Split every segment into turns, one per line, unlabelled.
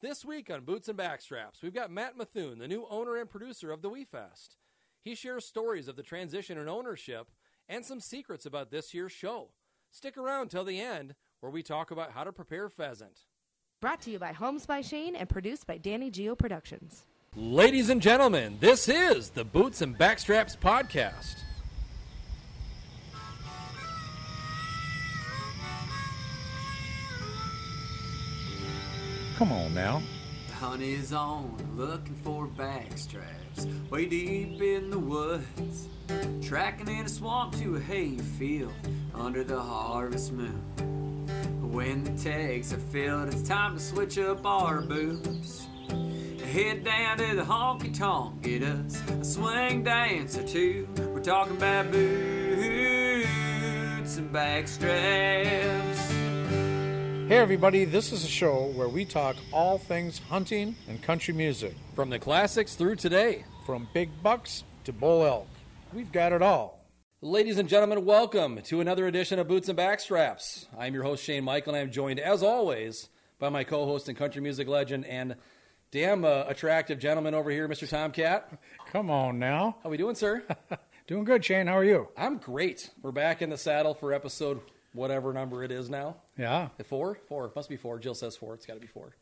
This week on Boots and Backstraps, we've got Matt Methune, the new owner and producer of the WeFest. He shares stories of the transition and ownership and some secrets about this year's show. Stick around till the end where we talk about how to prepare pheasant.
Brought to you by Homes by Shane and produced by Danny Geo Productions.
Ladies and gentlemen, this is the Boots and Backstraps podcast.
Come on now.
Honey's on, looking for backstraps. Way deep in the woods, tracking in a swamp to a hayfield under the harvest moon. When the tags are filled, it's time to switch up our boots. Head down to the honky tonk, get us a swing dance or two. We're talking about boots and backstraps.
Hey everybody, this is a show where we talk all things hunting and country music,
From the classics through today.
from big bucks to bull elk. We've got it all.
Ladies and gentlemen, welcome to another edition of Boots and Backstraps. I'm your host, Shane Michael, and I'm joined, as always, by my co host and country music legend and damn uh, attractive gentleman over here, Mr. Tomcat.
Come on now.
How we doing, sir?
Doing good, Shane. How are you?
I'm great. We're back in the saddle for episode whatever number it is now.
Yeah.
Four? Four. Must be four. Jill says four. It's got to be four.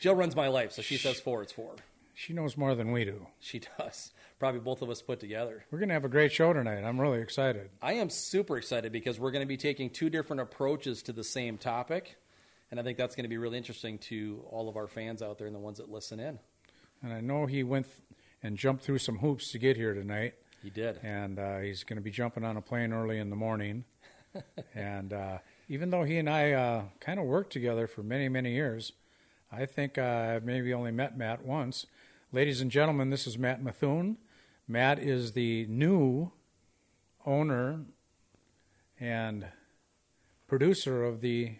Jill runs my life, so she says four. It's four.
She knows more than we do.
She does. Probably both of us put together.
We're going to have a great show tonight. I'm really excited.
I am super excited because we're going to be taking two different approaches to the same topic. And I think that's going to be really interesting to all of our fans out there and the ones that listen in.
And I know he went th- and jumped through some hoops to get here tonight,
You did.
and uh, he's going to be jumping on a plane early in the morning. and uh, even though he and I uh, kind of worked together for many, many years, I think uh, I've maybe only met Matt once. Ladies and gentlemen, this is Matt Methune. Matt is the new owner and producer of the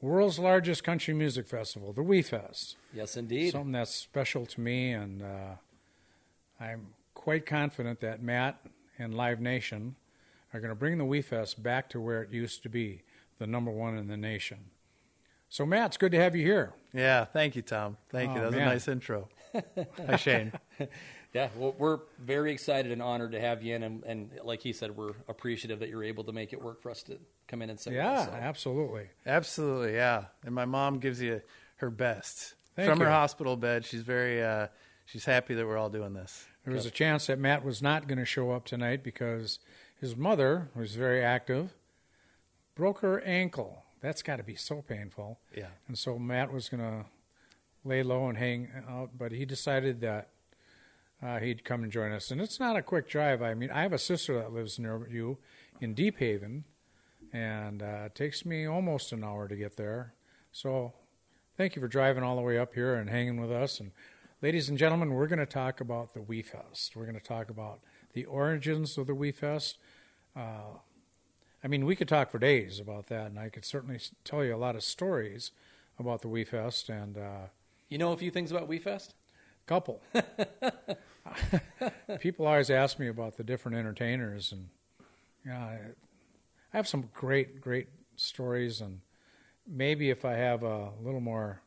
world's largest country music festival, the WeFest. Fest
Yes, indeed.
something that's special to me, and uh, I'm quite confident that Matt and Live Nation are going to bring the WeFest back to where it used to be, the number one in the nation. So, Matt, it's good to have you here.
Yeah, thank you, Tom. Thank you.
Oh,
That was
man.
a nice intro. Hi, Shane.
yeah, well, we're very excited and honored to have you in. And, and like he said, we're appreciative that you're able to make it work for us to come in and sit. with
Yeah,
us. So,
absolutely.
Absolutely, yeah. And my mom gives you her best
Thank
from
you.
her hospital bed. She's very, uh, she's happy that we're all doing this.
There was a chance that Matt was not going to show up tonight because his mother, who's very active, broke her ankle. That's got to be so painful.
Yeah.
And so Matt was going to lay low and hang out, but he decided that uh, he'd come and join us. And it's not a quick drive. I mean, I have a sister that lives near you in Deep Haven, and uh, it takes me almost an hour to get there. So thank you for driving all the way up here and hanging with us. And ladies and gentlemen, we're going to talk about the WeFest. We're going to talk about the origins of the WeFest. Uh, I mean, we could talk for days about that, and I could certainly s- tell you a lot of stories about the WeFest and uh,
you know a few things about WeFest?
couple. People always ask me about the different entertainers, and yeah, I, I have some great, great stories. And maybe if I have a little more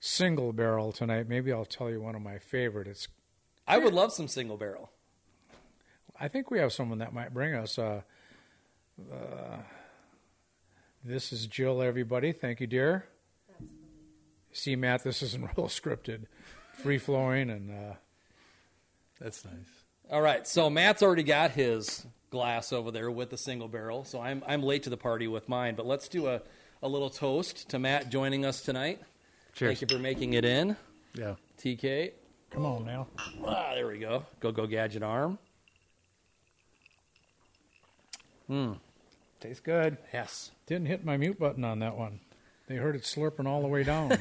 single barrel tonight, maybe I'll tell you one of my favorite. It's
I would love some single barrel.
I think we have someone that might bring us. Uh, uh, this is Jill, everybody. Thank you, dear. See, Matt, this isn't real scripted, free flowing, and uh,
That's nice.
All right, so Matt's already got his glass over there with the single barrel, so I'm I'm late to the party with mine. But let's do a, a little toast to Matt joining us tonight.
Cheers.
Thank you for making it in,
Yeah.
TK.
come on now.
Ah, there we go. Go go gadget arm.
Tastes good.
Yes.
Didn't hit my mute button on that one. They heard it slurping all the way down.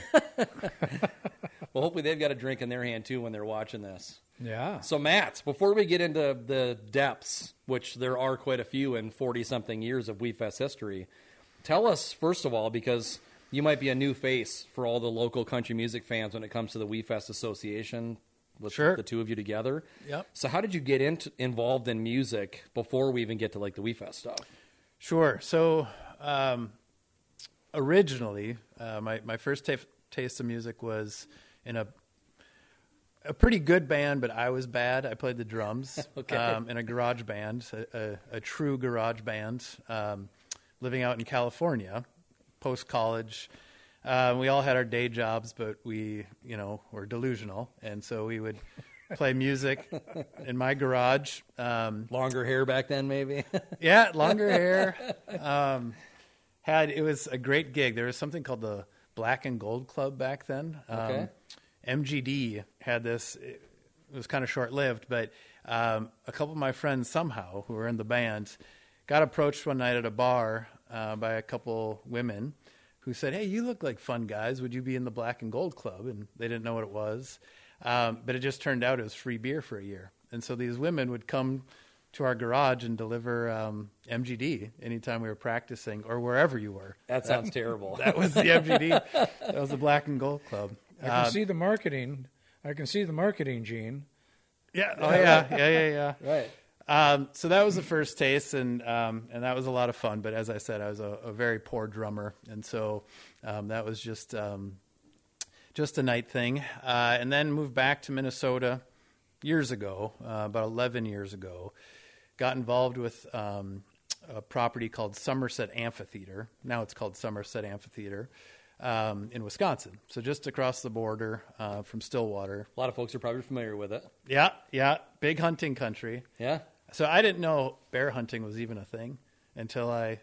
Well, hopefully they've got a drink in their hand too when they're watching this.
yeah.
So Matt, before we get into the depths, which there are quite a few in forty something years of WeFest history, tell us first of all because you might be a new face for all the local country music fans when it comes to the WeFest Association. With
Sure.
the two of you together.
Yep.
So how did you get into, involved in music before we even get to like the WeFest stuff?
Sure. So, um, originally, uh, my my first tape taste in music was in a a pretty good band, but I was bad. I played the drums
Okay.
um, in a garage band, a, a, a true garage band, um, living out in California, post college. Um, we all had our day jobs, but we, you know, were delusional, and so we would play music in my garage. Um,
Longer hair back then, maybe.
yeah, longer hair. Um, had it was a great gig. There was something called the Black and Gold Club back then. Um,
Okay.
MGD had this. It was kind of short lived, but um, a couple of my friends somehow who were in the band got approached one night at a bar uh, by a couple women who said, "Hey, you look like fun guys. Would you be in the Black and Gold Club?" And they didn't know what it was, um, but it just turned out it was free beer for a year. And so these women would come to our garage and deliver um, MGD anytime we were practicing or wherever you were.
that sounds terrible.
That was the MGD. that was the Black and Gold Club.
I can see the marketing. I can see the marketing gene.
Yeah. Oh yeah. Yeah yeah yeah.
right.
Um, so that was the first taste, and um, and that was a lot of fun. But as I said, I was a, a very poor drummer, and so um, that was just um, just a night thing. Uh, and then moved back to Minnesota years ago, uh, about eleven years ago. Got involved with um, a property called Somerset Amphitheater. Now it's called Somerset Amphitheater um, in Wisconsin. So just across the border uh, from Stillwater.
A lot of folks are probably familiar with it.
Yeah, yeah, big hunting country.
Yeah.
So I didn't know bear hunting was even a thing until I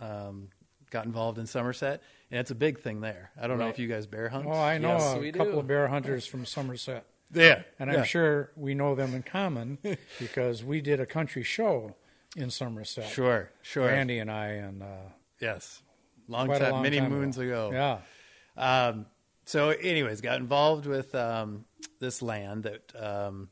um, got involved in Somerset, and it's a big thing there. I don't know
Right.
if you guys bear hunt.
Oh, I know
Yes,
a
we
couple
do.
of bear hunters from Somerset,
yeah,
and I'm
yeah.
sure we know them in common because we did a country show in Somerset.
Sure, sure.
Randy and I, and uh,
Yes, long
quite a
time,
long
many
time
moons ago.
Yeah,
Um, so, anyways, got involved with um, this land that um,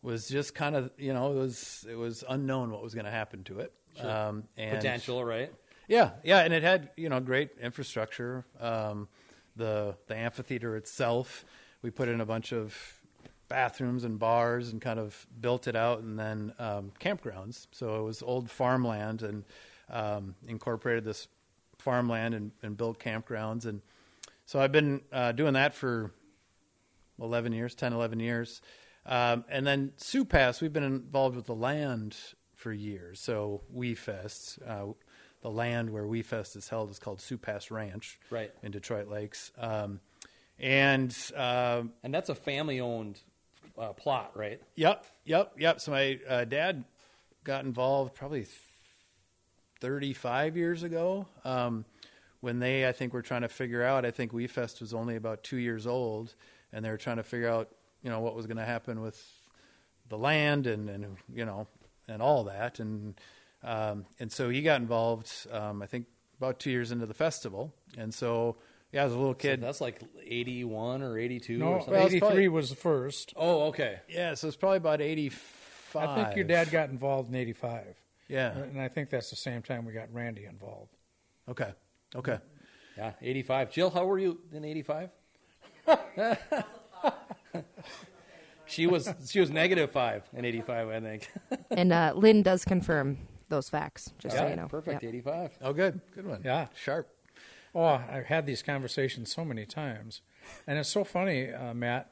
was just kind of, you know, it was it was unknown what was going to happen to it. Um, and
Potential, right?
Yeah, yeah, and it had you know great infrastructure. Um, the the amphitheater itself, we put in a bunch of bathrooms and bars and kind of built it out, and then um, campgrounds. So it was old farmland and um, incorporated this farmland and, and built campgrounds. And so I've been uh, doing that for 11 years, 10, 11 years. Um, and then Sioux Pass, we've been involved with the land for years. So We Fest, uh, the land where We Fest is held is called Sioux Pass Ranch
Right.
in Detroit Lakes. Um, and um,
And that's a family owned uh, plot, right?
Yep, yep, yep. So my uh, dad got involved probably th- 35 years ago um, when they, I think, were trying to figure out. I think WeFest was only about two years old, and they were trying to figure out, you know, what was going to happen with the land and and you know and all that and um, and so he got involved. Um, I think about two years into the festival, and so yeah, as a little
So
kid,
that's like 81 or 82 or
no,
something.
well, it's
eighty
probably-
three was the first.
oh, okay.
yeah, so it's probably about 85.
I think your dad got involved in eighty five.
Yeah.
and I think that's the same time we got Randy involved.
Okay. Okay.
Yeah, 85. Jill, how were you in 85? she was she was negative 5 in 85, I think.
and uh, Lynn does confirm those facts, just so you know.
perfect.
Yep.
85.
Oh, good, good one.
Yeah.
sharp.
Oh, I've had these conversations so many times, and it's so funny, uh, Matt.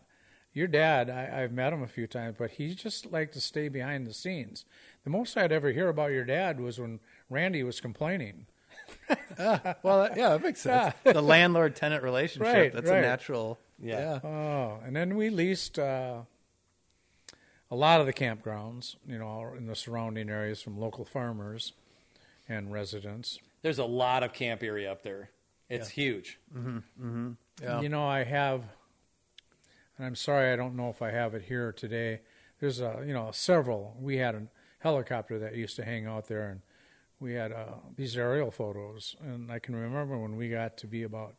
Your dad, I, I've met him a few times, but he just liked to stay behind the scenes. The most I'd ever hear about your dad was when Randy was complaining.
Well, that, yeah, that makes sense. the landlord tenant relationship.
Right,
that's
right.
a natural.
Yeah.
Oh, and then we leased uh, a lot of the campgrounds, you know, in the surrounding areas from local farmers and residents.
There's a lot of camp area up there. It's huge.
Yeah.
You know, I have, and I'm sorry I don't know if I have it here today. There's a, you know, several. We had a helicopter that used to hang out there, and we had uh, these aerial photos. And I can remember when we got to be about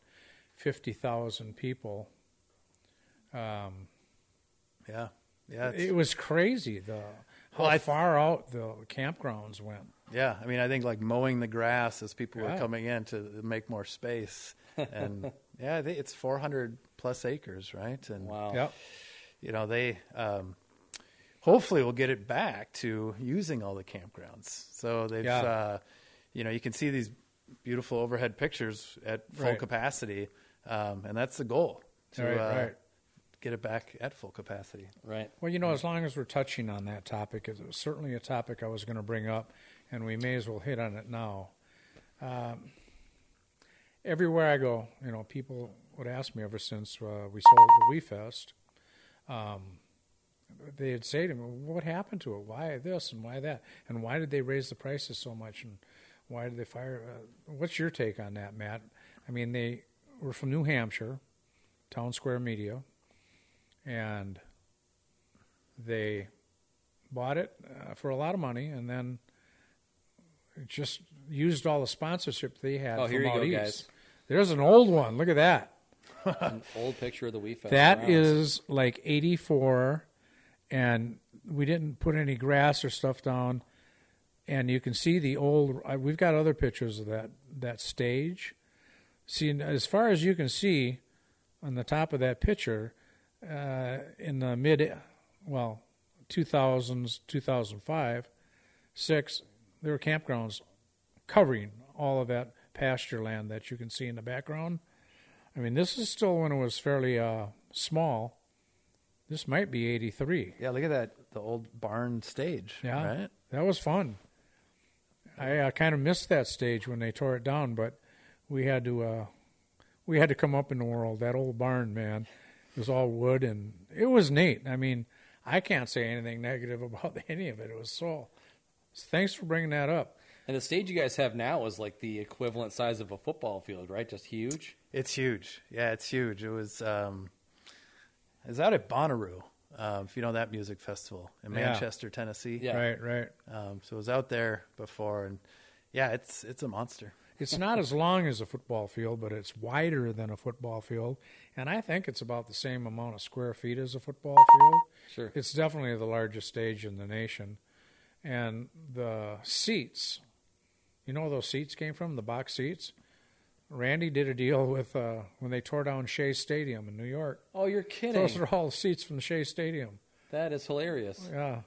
50,000 people.
yeah, yeah, it's-
It was crazy, the, how
Well, I-
far out the campgrounds went.
yeah. I mean, I think like mowing the grass as people
Yeah.
were coming in to make more space, and yeah, I think it's 400 plus acres, right? And
Wow.
Yep.
you know, they um, hopefully will get it back to using all the campgrounds. So they've,
Yeah.
uh, you know, you can see these beautiful overhead pictures at full
Right.
capacity, um, and that's the goal to
Right,
uh,
right.
get it back at full capacity.
Right.
Well, you know, as long as we're touching on that topic, it was certainly a topic I was going to bring up, and we may as well hit on it now. Um, everywhere I go, you know, people would ask me ever since uh, we sold the WeFest. Um, they'd say to me, "What happened to it? Why this and why that? And why did they raise the prices so much? And why did they fire?" Uh, what's your take on that, Matt? I mean, they were from New Hampshire, Town Square Media, and they bought it uh, for a lot of money and then just used all the sponsorship they had.
Oh,
from
here you
out
go,
east.
guys.
There's an old one. Look at that.
An old picture of the Wii Fest.
That
around.
is like 84, and we didn't put any grass or stuff down. And you can see the old. I- We've got other pictures of that that stage. See, and as far as you can see, on the top of that picture, uh, in the mid, well, 2000s, 2005, six, there were campgrounds covering all of that pasture land that you can see in the background. I mean, this is still when it was fairly uh, small. This might be 83.
Yeah, look at that the old barn stage.
Yeah.
Right?
That was fun. I uh, kind of missed that stage when they tore it down, but we had to uh, we had to come up in the world. That old barn, man, it was all wood and it was neat. I mean, I can't say anything negative about any of it. It was so. Thanks for bringing that up.
And the stage you guys have now is like the equivalent size of a football field, right? Just huge.
It's huge. Yeah, it's huge. It was um, it was out at Bonnaroo, um, if you know that music festival in
Yeah.
Manchester, Tennessee.
Yeah.
Right, right.
Um, so it was out there before, and yeah, it's it's a monster.
It's not as long as a football field, but it's wider than a football field, and I think it's about the same amount of square feet as a football field.
Sure.
It's definitely the largest stage in the nation, and the seats. You know where those seats came from? The box seats. Randy did a deal with uh, when they tore down Shea Stadium in New York.
Oh, you're kidding.
Those are all seats from Shea Stadium.
That is hilarious.
Yeah.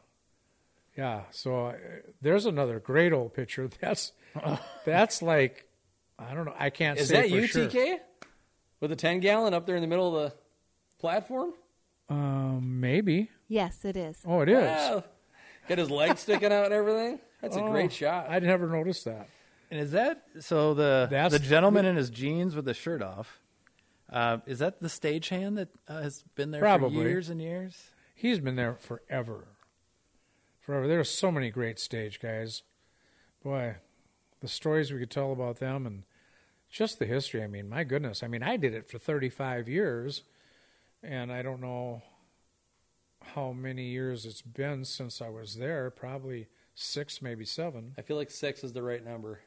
Yeah. So uh, there's another great old picture. That's that's like I don't know. I can't
Is
say
that
for
you,
sure.
TK? With a 10 gallon up there in the middle of the platform?
Um, maybe.
Yes, it is.
Oh, it is.
Wow. Got his legs sticking out and everything. That's a
Oh,
great shot.
I'd never noticed that.
And is that so? The
That's-
the gentleman in his jeans with the shirt off. Uh, is that the stagehand that uh, has been there
Probably.
for years and years?
He's been there forever. Forever. There are so many great stage guys. Boy, the stories we could tell about them and just the history. I mean, my goodness. I mean, I did it for 35 years, and I don't know how many years it's been since I was there. Probably six, maybe seven.
I feel like six is the right number.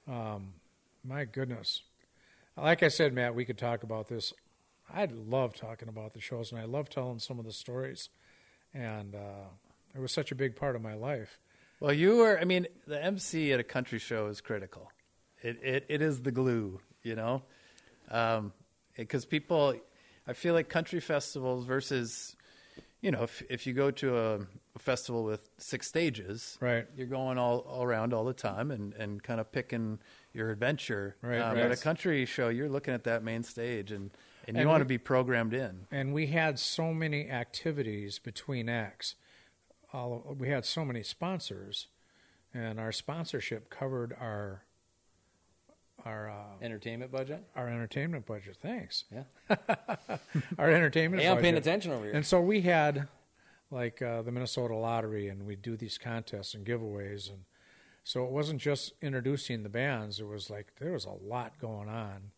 My goodness. Like I said, Matt, we could talk about this. I love talking about the shows and I love telling some of the stories. And uh, it was such a big part of my life.
Well, you were. I mean, the MC at a country show is critical. It it, it is the glue, you know, because people. I feel like country festivals versus, you know, if if you go to a, a festival with six stages,
Right.
you're going all, all around all the time and, and kind of picking your adventure.
Right,
um,
right.
At a country show, you're looking at that main stage and, and you
And
want to
we-
be programmed in.
And we had so many activities between acts. All, we had so many sponsors, and our sponsorship covered our our uh,
Entertainment budget?
our entertainment budget. Thanks.
Yeah.
our entertainment.
Hey, I'm paying
budget.
attention over here.
And so we had like uh, the Minnesota Lottery, and we'd do these contests and giveaways, and so it wasn't just introducing the bands. It was like there was a lot going on,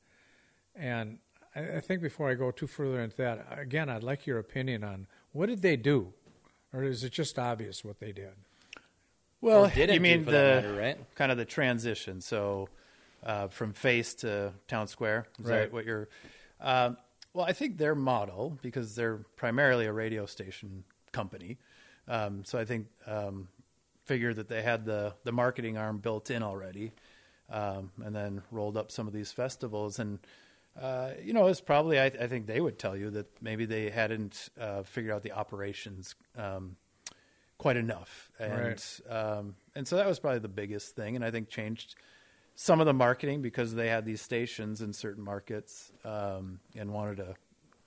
and I, I think before I go too further into that, again, I'd like your opinion on what did they do, or is it just obvious what they did?
Or
Well,
didn't
you
do
mean
for
the
that matter, right?
kind of the transition? So uh, from face to town square, is
Right.
that what you're? Um, well, I think their model because they're primarily a radio station company, um, so I think um, figure that they had the the marketing arm built in already, um, and then rolled up some of these festivals and. Uh, you know, it's probably I, I think they would tell you that maybe they hadn't uh, figured out the operations um, quite enough, and
Right.
um, and so that was probably the biggest thing, and I think changed some of the marketing because they had these stations in certain markets um, and wanted to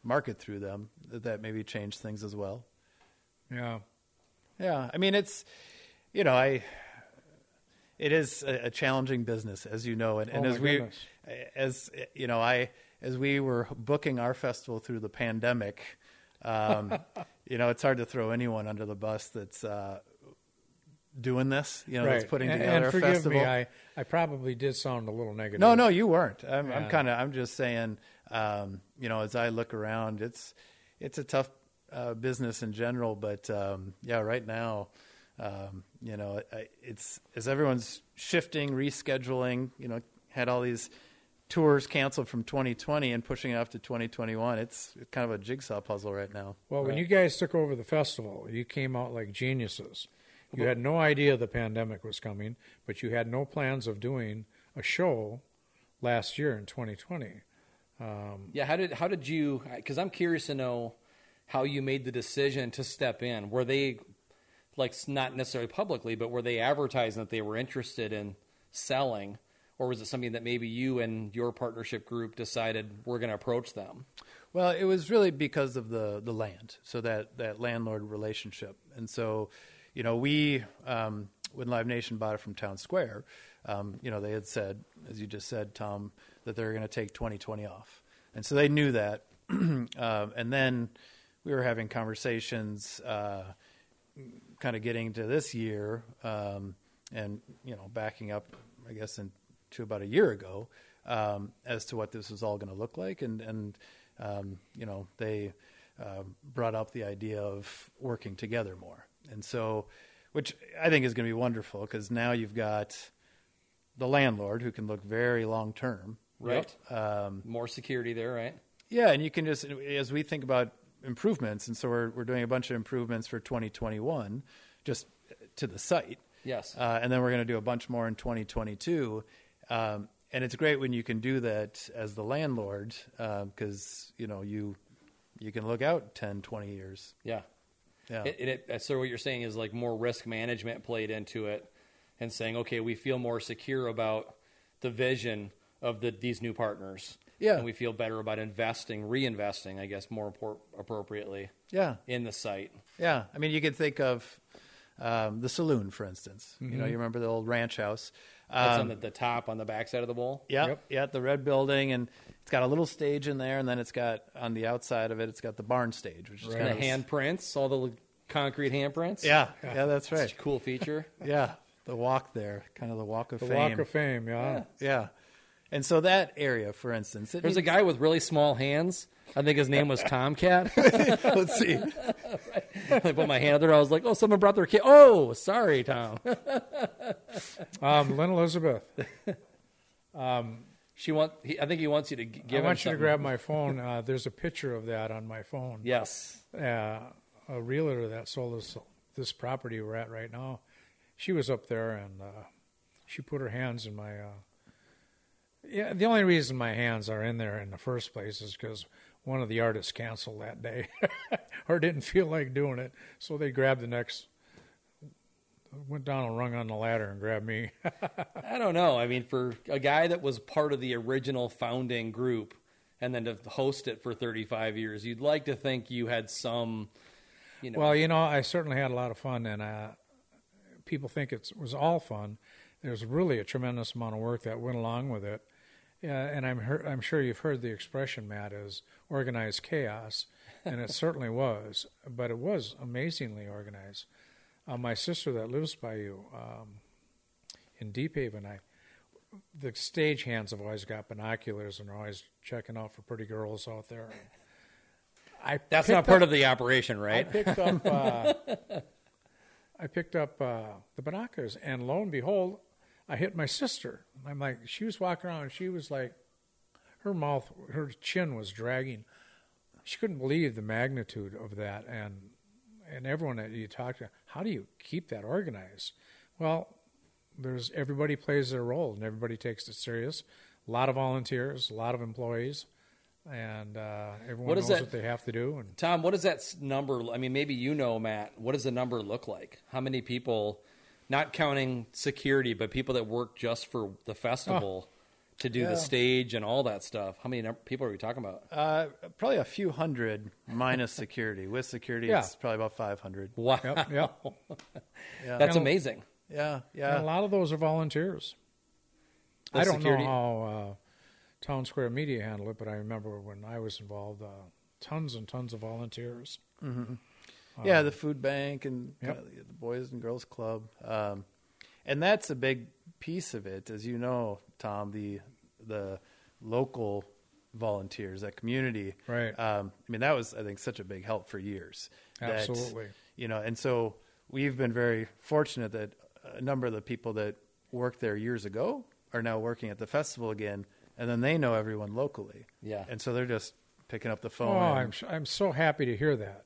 market through them. That that maybe changed things as well.
Yeah.
Yeah, I mean it's you know I it is a, a challenging business as you know, and, and
Oh, my
as we
goodness.
as you know I as we were booking our festival through the pandemic, um, you know it's hard to throw anyone under the bus that's uh, doing this. You know that's putting
and,
together
and
a
forgive
festival.
me, I, I probably did sound a little negative.
No, no, you weren't. I'm,
Yeah.
I'm kind of. I'm just saying. Um, you know, as I look around, it's it's a tough uh, business in general. But um, yeah, right now, um, you know, I- it's as everyone's shifting, rescheduling. You know, had all these tours canceled from 2020 and pushing it off to 2021. It's kind of a jigsaw puzzle right now.
Well, when you guys took over the festival, you came out like geniuses. You had no idea the pandemic was coming, but you had no plans of doing a show last year in 2020.
Yeah, how did how did you? Because I'm curious to know how you made the decision to step in. Were they like s- not necessarily publicly, but were they advertising that they were interested in selling, or was it something that maybe you and your partnership group decided we're going to approach them?
Well, it was really because of the the land, so that that landlord relationship, and so, you know, we um, when Live Nation bought it from Town Square, um, you know, they had said, as you just said, Tom, that they were going to take twenty twenty off, and so they knew that, um, and then we were having conversations. Uh, kind of getting to this year um, and you know backing up i guess in, to about a year ago um, as to what this was all going to look like and and um, you know they um brought up the idea of working together more and so which i think is going to be wonderful because now you've got the landlord who can look very long term
Right.
Um,
More security there, right?
yeah, and you can just as we think about improvements, and so we're we're doing a bunch of improvements for 2021, just to the site.
Yes.
uh, and then we're going to do a bunch more in 2022. Um, and it's great when you can do that as the landlord because you know you you can look out 10, 20 years.
Yeah.
Yeah,
It, it, it, so what you're saying is like more risk management played into it, and saying, okay, we feel more secure about the vision of the these new partners.
Yeah.
and we feel better about investing, reinvesting, I guess, more appro- appropriately
yeah.
in the site.
Yeah, I mean, you could think of um, the saloon, for instance. You know, you remember the old ranch house.
That's
Um,
on the, the top on the backside of the bowl.
Yeah,
Yep.
yeah, the red building, and it's got a little stage in there, and then it's got on the outside of it, it's got the barn stage, which is
and
kind
the
of
handprints, all the l- concrete handprints.
Yeah, yeah, that's
Such
right.
a cool feature.
Yeah, the walk there, kind of the walk of
The
fame.
Walk of Fame, yeah.
yeah, and so that area, for instance, it
There's a
needs-
guy with really small hands. I think his name was Tomcat.
Let's see.
I put my hand out there. I was like, "Oh, someone brought their kid." Oh, sorry, Tom.
Um, Lynn Elizabeth,
She want. He, I think he wants you to g- give.
I
him
want you to
something.
grab my phone. Uh, there's a picture of that on my phone.
Yes.
uh, a realtor that sold us this property we're at right now. She was up there and uh, she put her hands in my. Uh, yeah, the only reason my hands are in there in the first place is because one of the artists canceled that day or didn't feel like doing it. So they grabbed the next, went down and rung on the ladder and grabbed me.
I don't know. I mean, for a guy that was part of the original founding group and then to host it for 35 years, you'd like to think you had some, you know.
Well, you know, I certainly had a lot of fun, and uh, people think it's, it was all fun. There's really a tremendous amount of work that went along with it, uh, and I'm hear- I'm sure you've heard the expression, Matt, is organized chaos, and it certainly was. But it was amazingly organized. Uh, my sister that lives by you um, in Deep Haven, I the stage hands have always got binoculars and are always checking out for pretty girls out there. I
that's
picked
not part of the operation,
I
right?
picked up. Uh, I picked up uh, the binoculars, and lo and behold, I hit my sister. I'm like, she was walking around, and she was like, her mouth, her chin was dragging. She couldn't believe the magnitude of that, and and everyone that you talk to, how do you keep that organized? Well, there's everybody plays their role, and everybody takes it serious. A lot of volunteers, a lot of employees, and uh, everyone
What is
knows
that-
what they have to do. And
Tom, what does that s- number? I mean, maybe you know, Matt. What does the number look like? How many people not counting security, but people that work just for the festival to do
Yeah.
the stage and all that stuff. How many num- people are we talking about?
Uh, probably a few hundred minus security. With security,
Yeah.
it's probably about 500.
Wow,
Yep, yep.
Yeah.
that's
And-
amazing.
yeah.
And a
Yeah.
lot of those are volunteers.
The
I don't
security-
know how uh, Town Square Media handled it, but I remember when I was involved, uh, tons and tons of volunteers.
yeah, the food bank and
Um, Yep.
kinda the Boys and Girls Club, um, and that's a big piece of it, as you know, Tom. The the local volunteers, that community,
Right.
Um, I mean, that was I think such a big help for years. that,
Absolutely.
you know, and so we've been very fortunate that a number of the people that worked there years ago are now working at the festival again, and then they know everyone locally.
Yeah.
and so they're just picking up the
Oh,
phone. and-
I'm s- I'm so happy to hear that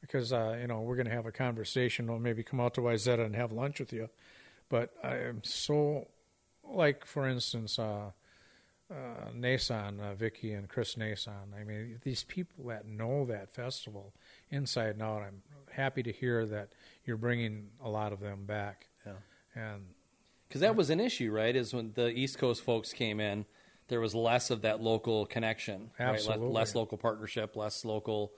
because uh, you know we're going to have a conversation. We'll maybe come out to Wyzetta and have lunch with you. But I am so like, for instance, uh, uh, Nason, uh, Vicky, and Chris Nason. I mean, these people that know that festival inside and out. I'm happy to hear that you're bringing a lot of them back.
Yeah.
And
Because that was an issue, right? Is when the East Coast folks came in, there was less of that local connection, right?
Absolutely.
Le- less local partnership, less local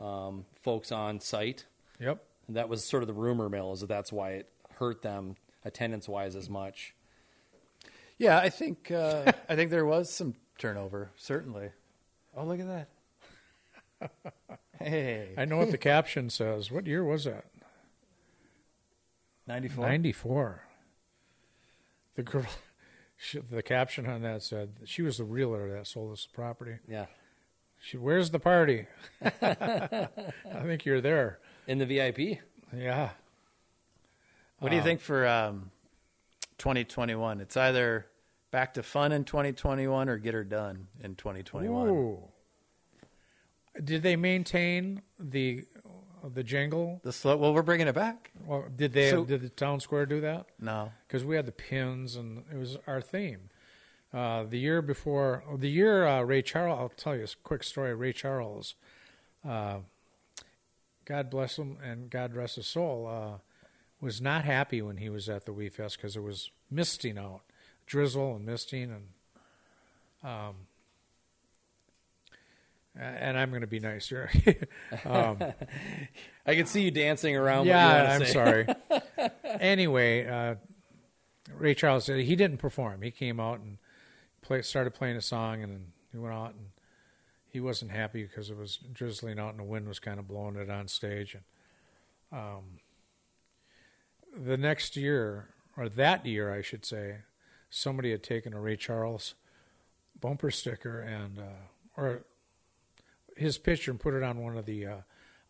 um, folks on site.
yep,
And that was sort of the rumor mill, is that that's why it hurt them attendance wise as much.
Yeah, I think uh, I think there was some turnover, certainly. Oh, look at that! Hey,
I know what the caption says. What year was that?
ninety-four.
94. The girl, she, the caption on that said she was the realtor that sold us the property.
Yeah.
She, where's the party? I think you're there.
In the VIP.
Yeah.
What do you think for um, twenty twenty-one? It's either back to fun in twenty twenty-one or get her done in twenty twenty-one.
Ooh. Did they maintain the the jingle?
The slow. Well, we're bringing it back.
Well, did they?
So-
did the town square do that?
No,
because we had the pins and it was our theme. Uh, the year before, the year uh, Ray Charles, I'll tell you a quick story. Ray Charles, uh, God bless him and God rest his soul, uh, was not happy when he was at the Wee Fest because it was misting out, drizzle and misting, and um, a- and I'm going to be nice here.
I could see you dancing around. what you
Yeah,
wanna
I'm
say.
sorry. anyway, uh, Ray Charles said he didn't perform. He came out and play, started playing a song, and then he went out and he wasn't happy because it was drizzling out and the wind was kind of blowing it on stage. And um, the next year, or that year, I should say, somebody had taken a Ray Charles bumper sticker and uh, or his picture and put it on one of the uh,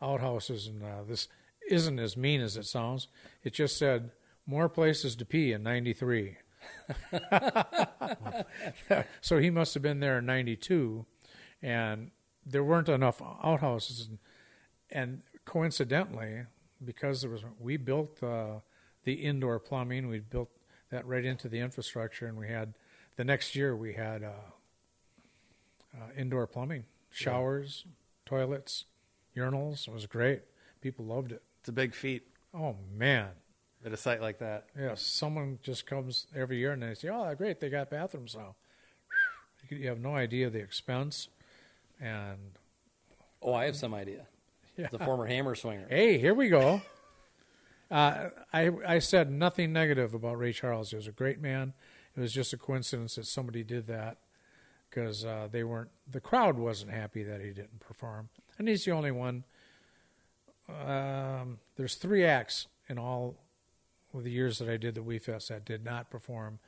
outhouses. And uh, this isn't as mean as it sounds. It just said more places to pee in '93. so he must have been there in '92, and there weren't enough outhouses. And, and coincidentally, because there was, we built uh, the indoor plumbing. We built that right into the infrastructure, and we had the next year we had. Uh, uh, indoor plumbing, showers, toilets, urinals. It was great. People loved it.
it's a big feat
Oh man,
at a site like that.
yeah. Someone just comes every year and they say, "Oh, great, they got bathrooms now." You could- You have no idea the expense. And
Oh, I have some idea. The former hammer swinger.
hey, here we go. Uh, I I said nothing negative about Ray Charles. He was a great man. It was just a coincidence that somebody did that because uh, they weren't the crowd wasn't happy that he didn't perform, and he's the only one. Um, there's three acts in all of the years that I did the Wee Fest that did not perform.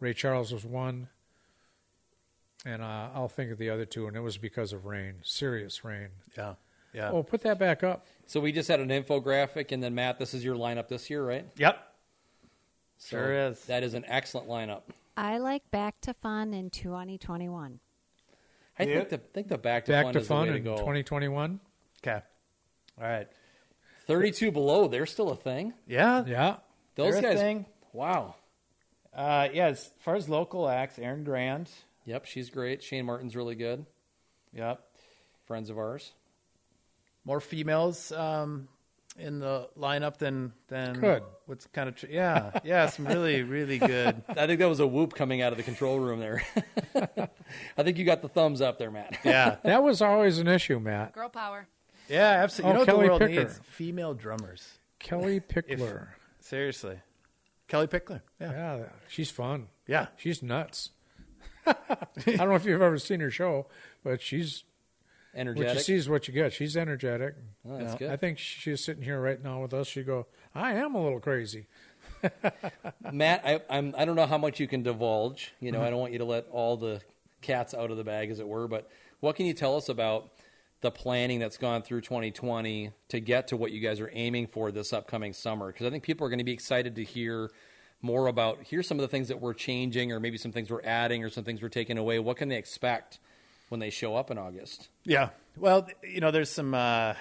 Ray Charles was one, and uh, I'll think of the other two, and it was because of rain, serious rain.
Yeah, yeah.
Oh, put that back up.
So we just had an infographic, and then Matt, this is your lineup this year, right?
Yep.
So
Sure is.
That is an excellent lineup.
I like Back to Fun in 2021.
I think the think the back to
back
fun
to
is
fun
the way
in
to go.
2021.
Okay. All right.
32 below, they're still a thing.
Yeah.
Yeah.
Those
They're a
guys.
thing.
Wow.
Uh, yeah. As far as local acts, Aaron Grand.
Yep, she's great. Shane Martin's really good.
Yep.
Friends of ours.
more females um, in the lineup than than
Good.
what's kind of tr- yeah yeah some really really good
I think that was a whoop coming out of the control room there. I think you got the thumbs up there, Matt.
yeah
That was always an issue, Matt.
Girl power.
yeah absolutely
Oh,
you know
Kelly
what the world
Picker.
needs female drummers
Kelly Pickler.
seriously Kelly Pickler yeah
yeah, she's fun.
yeah
She's nuts. I don't know if you've ever seen her show, but she's
Energetic.
what you see is what you get. She's energetic.
Oh, that's
Yeah.
good.
I think she's sitting here right now with us. She go, I am a little crazy.
Matt, I, I'm I don't know how much you can divulge. You know, I don't want you to let all the cats out of the bag, as it were. But what can you tell us about the planning that's gone through 2020 to get to what you guys are aiming for this upcoming summer? Because I think people are going to be excited to hear more about here's some of the things that we're changing, or maybe some things we're adding, or some things we're taking away. What can they expect when they show up in August?
Yeah. Well, you know, there's some uh,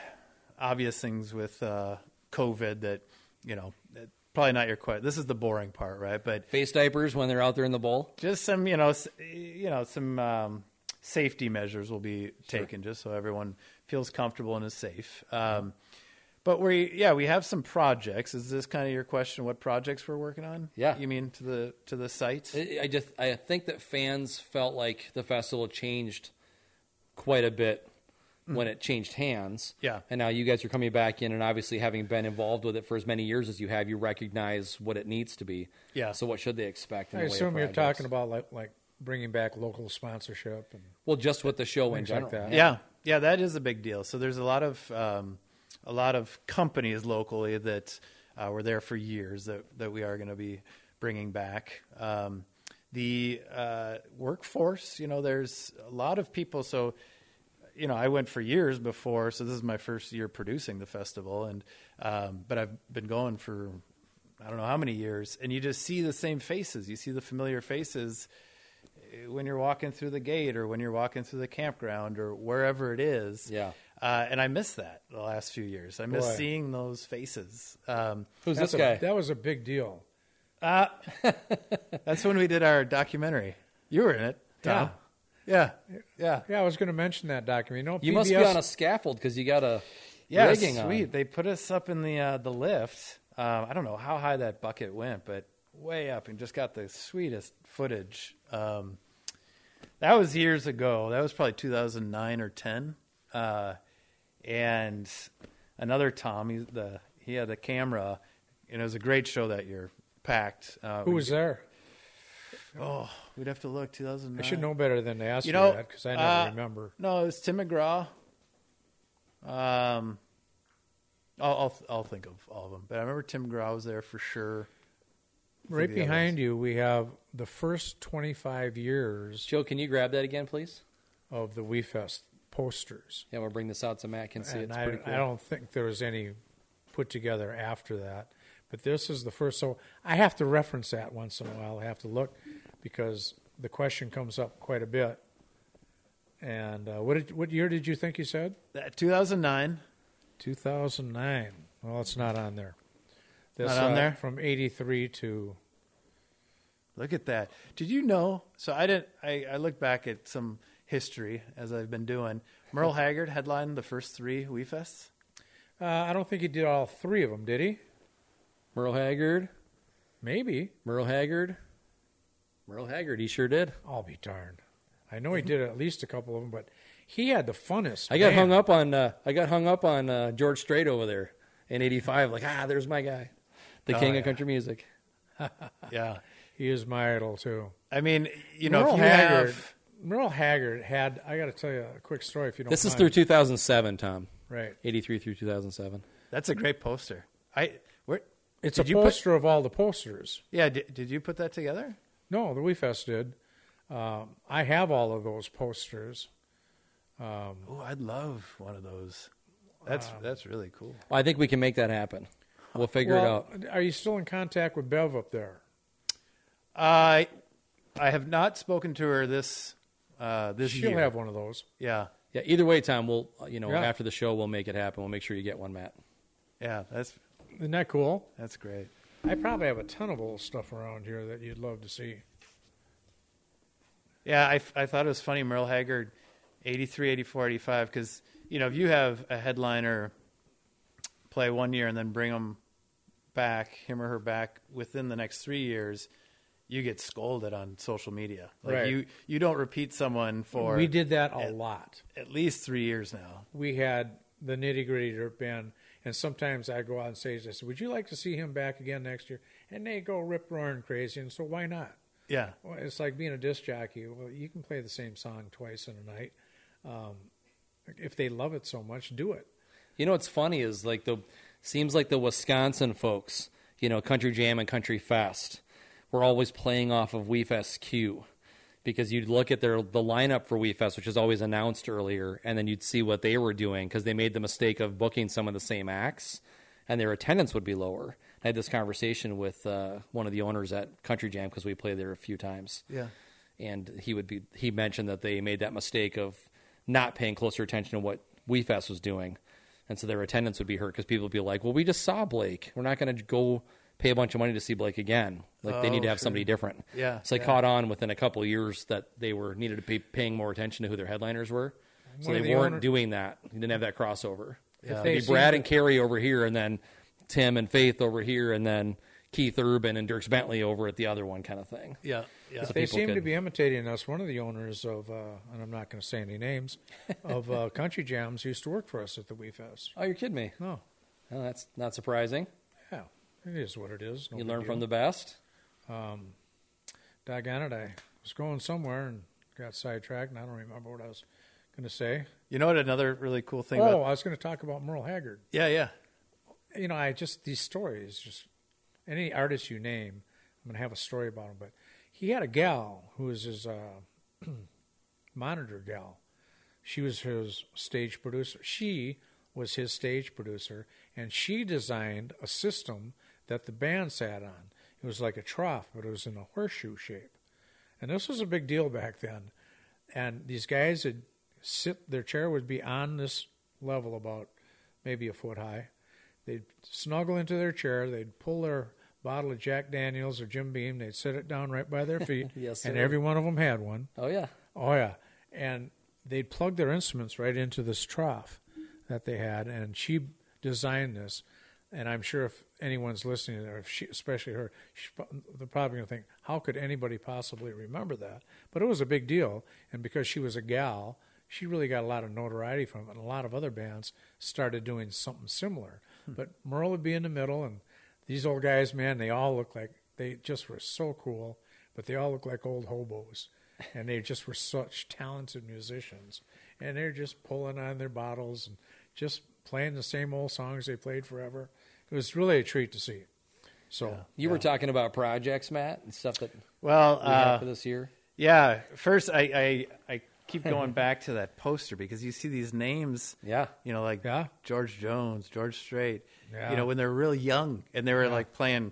obvious things with uh, COVID that, you know, that- probably not your question. This is the boring part, right? But
Face diapers when they're out there in the bowl.
just some, you know, s- you know, some um, safety measures will be taken just so everyone feels comfortable and is safe. Um, but we, yeah, we have some projects. Is this kind of your question? What projects we're working on?
Yeah.
You mean to the to the site?
I I just I think that fans felt like the festival changed quite a bit
Hmm.
when it changed hands.
Yeah.
And now you guys are coming back in and obviously having been involved with it for as many years as you have, you recognize what it needs to be.
Yeah.
So what should they expect? In
I
the way of
assume you're
projects?
talking about like like bringing back local sponsorship and
well, just with the show in
Things like
general.
that.
yeah yeah that is a big deal so there's a lot of um, a lot of companies locally that uh, were there for years that that we are going to be bringing back um, the uh, workforce you know there's a lot of people so you know, I went for years before, so this is my first year producing the festival, and um, but I've been going for I don't know how many years, and you just see the same faces, you see the familiar faces eh, when you're walking through the gate or when you're walking through the campground or wherever it is.
Yeah.
uh, and I miss that the last few years. I miss
Boy.
seeing those faces. Um,
Who's
That's
this
a-
guy?
That was a big deal.
that's when we did our documentary. You were in it, Tom. Yeah, yeah, yeah.
Yeah, I was going to mention that document. You know,
you must be
PBS
on a scaffold because you got a
Yeah,
rigging
sweet.
on.
They put us up in the uh, the lift. Um, I don't know how high that bucket went, but way up and just got the sweetest footage. Um, that was years ago. That was probably 2009 or 10. Uh, and another Tom, he, the he had the camera, and it was a great show that year. Packed. Uh,
Who was there?
Oh, we'd have to look. 2009.
I should know better than to ask Uh, you,
You know,
that because I never
uh,
remember.
No, it was Tim McGraw. Um, I'll, I'll I'll think of all of them, but I remember Tim McGraw was there for sure.
Right
the others.
behind you, we have the first 25 years
Joe, can you grab that again, please?
of the WeFest posters.
Yeah, we'll bring this out so Matt can see. it.
and
It's
I,
pretty cool.
I don't think there was any put together after that. But this is the first. So I have to reference that once in a while. I have to look because the question comes up quite a bit. And uh, what did, what year did you think you said?
That 2009.
2009. Well, it's not on there. This,
Not on
uh,
there?
From 83 to
Look at that. Did you know? So I didn't. I, I looked back at some history as I've been doing. Merle Haggard headlined the first three WeFests.
uh, I don't think he did all three of them, did he?
Merle Haggard.
Maybe.
Merle Haggard. Merle Haggard, he sure did.
I'll be darned. I know he did at least a couple of them, but he had the funnest.
Mm-hmm. I got
band.
hung up on uh, I got hung up on uh, George Strait over there in '85. Like ah, there's my guy, the
Oh,
king
yeah.
of country music.
Yeah.
He is my idol too.
I mean, you know,
Merle
if you
Haggard.
have
Merle Haggard had. I got to tell you a quick story if you don't.
This is
mind.
through 2007, Tom.
Right.
'83 through 2007.
that's a great poster. I where
It's
did
a
you put-
poster of all the posters.
yeah. Did, did you put that together?
No, the WeFest did. Um, I have all of those posters.
Oh, I'd love one of those. Um, That's that's really cool.
I think we can make that happen. We'll figure it
well,
out.
Are you still in contact with Bev up there?
I I have not spoken to her this uh, this
She'll
year.
have one of those.
Yeah,
Yeah. Either way, Tom, we'll uh, you know
Yeah.
after the show we'll make it happen. We'll make sure you get one, Matt.
yeah, that's
Isn't that cool?
that's great.
I probably have a ton of old stuff around here that you'd love to see.
Yeah, I, I thought it was funny Merle Haggard, 83, 84, 85, because you know if you have a headliner play one year and then bring them back, him or her back within the next three years, you get scolded on social media. Like
Right.
you, you don't repeat someone for
we did that a
at-
lot.
at least three years now.
we had the nitty gritty dirt band, and sometimes I go out and say, "I said, would you like to see him back again next year?" And they go rip roaring crazy, and so why not?
Yeah,
Well, it's like being a disc jockey. Well, you can play the same song twice in a night. Um, if they love it so much, do it.
You know what's funny is like the seems like the Wisconsin folks, you know, Country Jam and Country Fest, were always playing off of WeFest Q, because you'd look at their the lineup for WeFest, which is always announced earlier, and then you'd see what they were doing because they made the mistake of booking some of the same acts, and their attendance would be lower. I had this conversation with uh, one of the owners at Country Jam because we played there a few times
yeah.
and he would be he mentioned that they made that mistake of not paying closer attention to what WeFest was doing, and so their attendance would be hurt because people would be like, "Well, we just saw Blake. We're not going to go pay a bunch of money to see Blake again. Like they
Oh,
need to have somebody different."
Yeah,
so they
yeah.
caught on within a couple of years that they were needed to be paying more attention to who their headliners were. So
One
they
of the
weren't
owner-
doing that. They didn't have that crossover.
Yeah.
It'd
they
be Brad
seen-
and Carrie over here, and then Tim and Faith over here, and then Keith Urban and Dirks Bentley over at the other one, kind of thing.
Yeah, yeah.
So
They
people
seem to
could-
be imitating us. One of the owners of, uh, and I'm not going to say any names, of uh, Country Jams used to work for us at the WeFest.
Oh, you're kidding me.
No,
Well, that's not surprising.
yeah, it is what it is. No
You
big
learn
deal.
from the best.
Doggone it, I was going somewhere and got sidetracked, and I don't remember what I was going to say.
You know what? Another really cool thing.
oh,
about,
I was going to talk about Merle Haggard.
yeah, yeah.
You know, I just, these stories, just any artist you name, I'm going to have a story about him. But he had a gal who was his uh, monitor gal. She was his stage producer. She was his stage producer, and she designed a system that the band sat on. It was like a trough, but it was in a horseshoe shape. And this was a big deal back then. And these guys would sit, their chair would be on this level, about maybe a foot high. They'd snuggle into their chair, they'd pull their bottle of Jack Daniels or Jim Beam, they'd set it down right by their feet.
Yes,
and
sir.
every one of them had one.
Oh yeah.
Oh yeah, and they'd plug their instruments right into this trough that they had, and she designed this. And I'm sure if anyone's listening, or if she, especially her, she, they're probably going to think, "How could anybody possibly remember that?" But it was a big deal, and because she was a gal, she really got a lot of notoriety from it. And a lot of other bands started doing something similar. But Merle would be in the middle, and these old guys, man, they all look like they just were so cool, but they all look like old hobos and they just were such talented musicians and they're just pulling on their bottles and just playing the same old songs they played forever it was really a treat to see so
You were talking about projects, Matt, and stuff that we
Well, uh,
have for this year.
yeah. First, I, I I keep going back to that poster because you see these names.
Yeah.
You know, like
Yeah.
George Jones, George Strait.
Yeah.
You know, when they're real young and they were like playing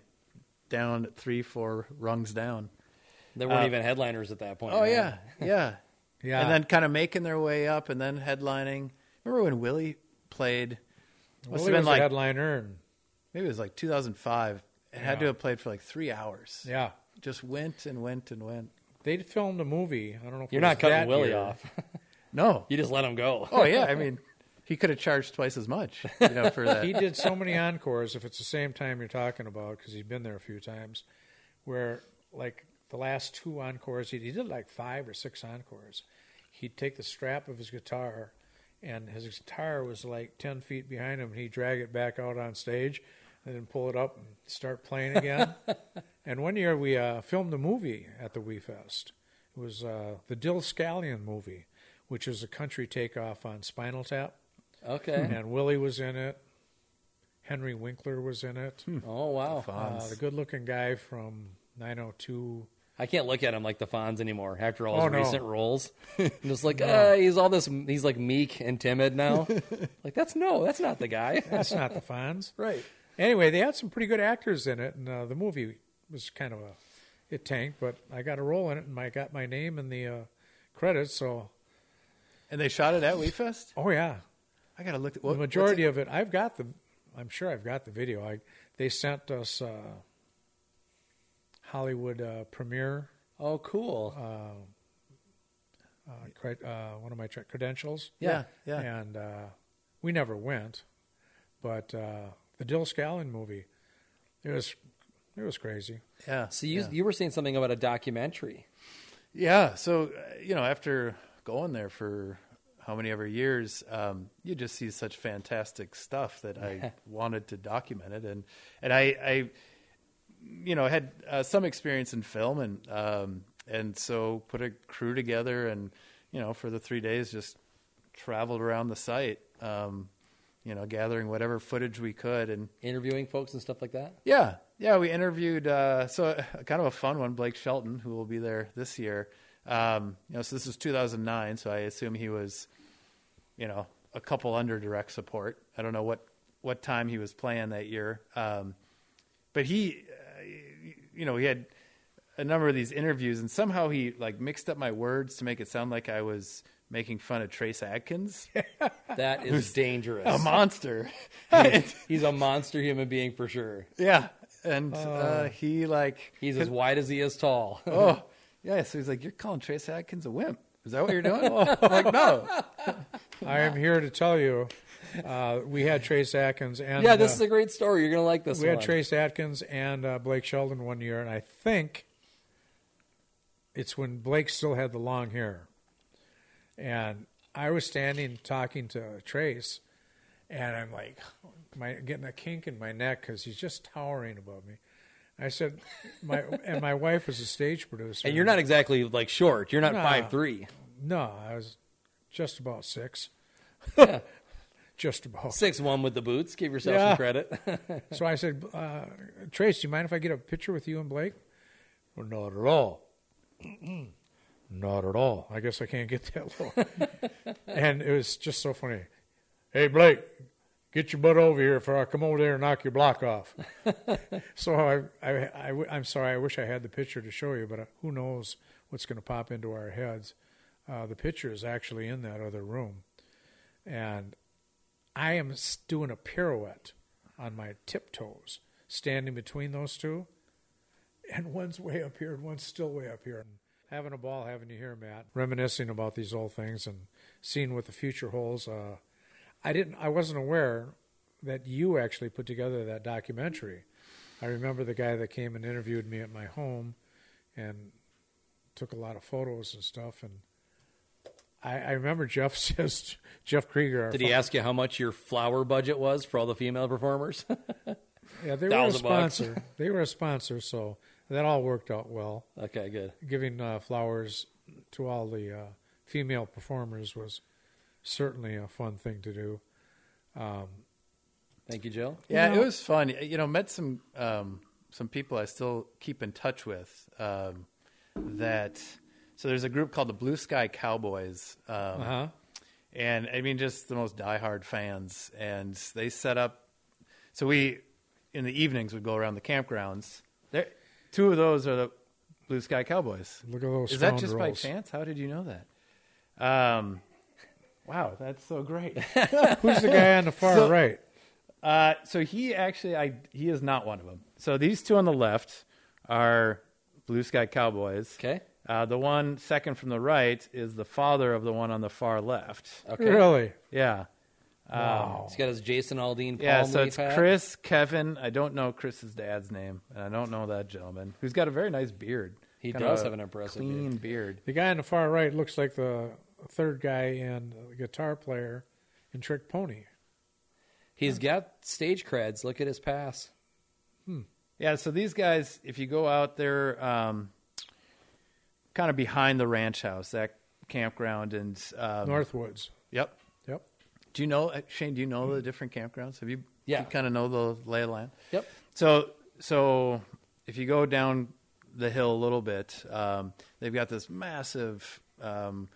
down three, four rungs down.
They
uh,
weren't even headliners at that point.
Oh
right?
yeah, yeah,
Yeah.
And then kind of making their way up, and then headlining. Remember when Willie played? Must
Willie
have been
was
like
a headliner and
maybe it was like 2005. It had to
Yeah.
have played for like three hours.
yeah
just went and went and went.
they filmed a movie i don't know if
You're
it was
not cutting
that
Willie
year.
off.
No.
You just let him go.
Oh yeah. I mean, he could have charged twice as much, you know, for that.
he did so many encores if it's the same time you're talking about because he'd been there a few times where like the last two encores he, he did like five or six encores he'd take the strap of his guitar and his guitar was like 10 feet behind him and he'd drag it back out on stage and then pull it up and start playing again and one year we uh, filmed a movie at the WeFest. It was uh, the Dill Scallion movie, which is a country takeoff on Spinal Tap
Okay.
and Willie was in it. Henry Winkler was in it.
Oh wow.
Uh, the good-looking guy from 902.
I can't look at him like the Fonz anymore after all
Oh,
his
no.
recent roles. I'm just like, uh, he's all this. He's like meek and timid now. like that's no, that's not the guy.
That's not the Fonz.
Right.
Anyway, they had some pretty good actors in it, and uh, the movie was kind of a it tanked, but I got a role in it, and I got my name in the uh, credits. So,
And they shot it at WeFest.
oh yeah,
I gotta look. At, what,
the majority of it, I've got the. I'm sure I've got the video. I they sent us uh, Hollywood uh, premiere
Oh cool.
uh, cri- uh, one of my tra- credentials.
Yeah, yeah.
And uh, we never went, But uh, the Dill Scallon movie, it was it was crazy.
Yeah.
So you
yeah.
you were saying something about a documentary.
Yeah. So, uh, you know, after going there for how many ever years, um, you just see such fantastic stuff that I wanted to document it. And, and I, I you know, had uh, some experience in film and, um, and so put a crew together and, you know, for the three days just traveled around the site, um, you know, gathering whatever footage we could and
interviewing folks and stuff like that.
Yeah, yeah, we interviewed uh, so uh, kind of a fun one, Blake Shelton, who will be there this year. Um, you know, so this was 2009, so I assume he was, you know, a couple under direct support. I don't know what what time he was playing that year, um, but he, uh, you know, he had a number of these interviews, and somehow he like mixed up my words to make it sound like I was making fun of Trace Adkins,
That is dangerous.
a monster.
He's a monster human being for sure.
yeah, and uh, he like
He's as wide as he is tall.
oh yeah so he's like you're calling trace atkins a wimp is that what you're doing well, i'm like no
I am here to tell you, uh, we had Trace Atkins and
yeah, this
uh,
is a great story. You're gonna like this
we
one.
had Trace Atkins and uh, Blake Sheldon one year, and I think it's when Blake still had the long hair. And I was standing talking to Trace, and I'm like, my getting a kink in my neck because he's just towering above me. I said, my and my wife was a stage producer,
and you're not exactly like short. You're not
No.
five three.
No, I was just about six. just about.
Six one with the boots. Give yourself
Yeah.
some credit.
So I said, uh, Trace, do you mind if I get a picture with you and Blake? Well, not at all. not at all. I guess I can't get that low. and it was just so funny. Hey, Blake, get your butt over here before I come over there and knock your block off. so I, I, I, am sorry. I wish I had the picture to show you, but uh, who knows what's going to pop into our heads. Uh, the picture is actually in that other room. And I am s- doing a pirouette on my tiptoes, standing between those two, and one's way up here and one's still way up here. And having a ball having you here, Matt, reminiscing about these old things and seeing what the future holds. Uh, I didn't, I wasn't aware that you actually put together that documentary. I remember the guy that came and interviewed me at my home, and took a lot of photos and stuff. And I, I remember Jeff says Jeff Krieger. our
Did he ask you how much your flower budget was for all the female performers?
Yeah, they were a
Thousand bucks.
sponsor. they were a sponsor, so that all worked out well.
okay, good.
Giving uh, flowers to all the uh, female performers was certainly a fun thing to do.
Thank you, Jill.
yeah it was fun you know met some um some people i still keep in touch with um that so there's a group called the blue sky cowboys um
Uh-huh.
Huh?
and I mean just the most diehard fans. And they set up. So we in the evenings would go around the campgrounds. There, two of those are the Blue Sky Cowboys.
Look at those
Is that just by
scoundrels.
chance? How did you know that? Um, wow, that's so great.
Who's the guy on the far
So-
right?
Uh, so he actually, I he is not one of them. So these two on the left are Blue Sky Cowboys.
Okay.
Uh, the one second from the right is the father of the one on the far left.
Oh.
Okay.
Really?
Yeah.
Wow.
He's got his Jason Aldean. Palm
Yeah, so
leaf
it's
hat.
Chris, Kevin. I don't know Chris's dad's name, and I don't know that gentleman who's got a very nice beard.
He
Kind
does
of a
have an impressive
clean beard.
The guy on the far right looks like the third guy and the guitar player in Trick Pony.
He's got stage creds. Look at his pass.
Yeah, so these guys, if you go out there, um, kind of behind the ranch house, that campground, and um,
Northwoods.
Yep.
Yep.
Do you know uh, Shane? Do you know the different campgrounds? Have you?
Yeah.
You kind of know the lay of the land.
Yep.
So so if you go down the hill a little bit, um, they've got this massive um,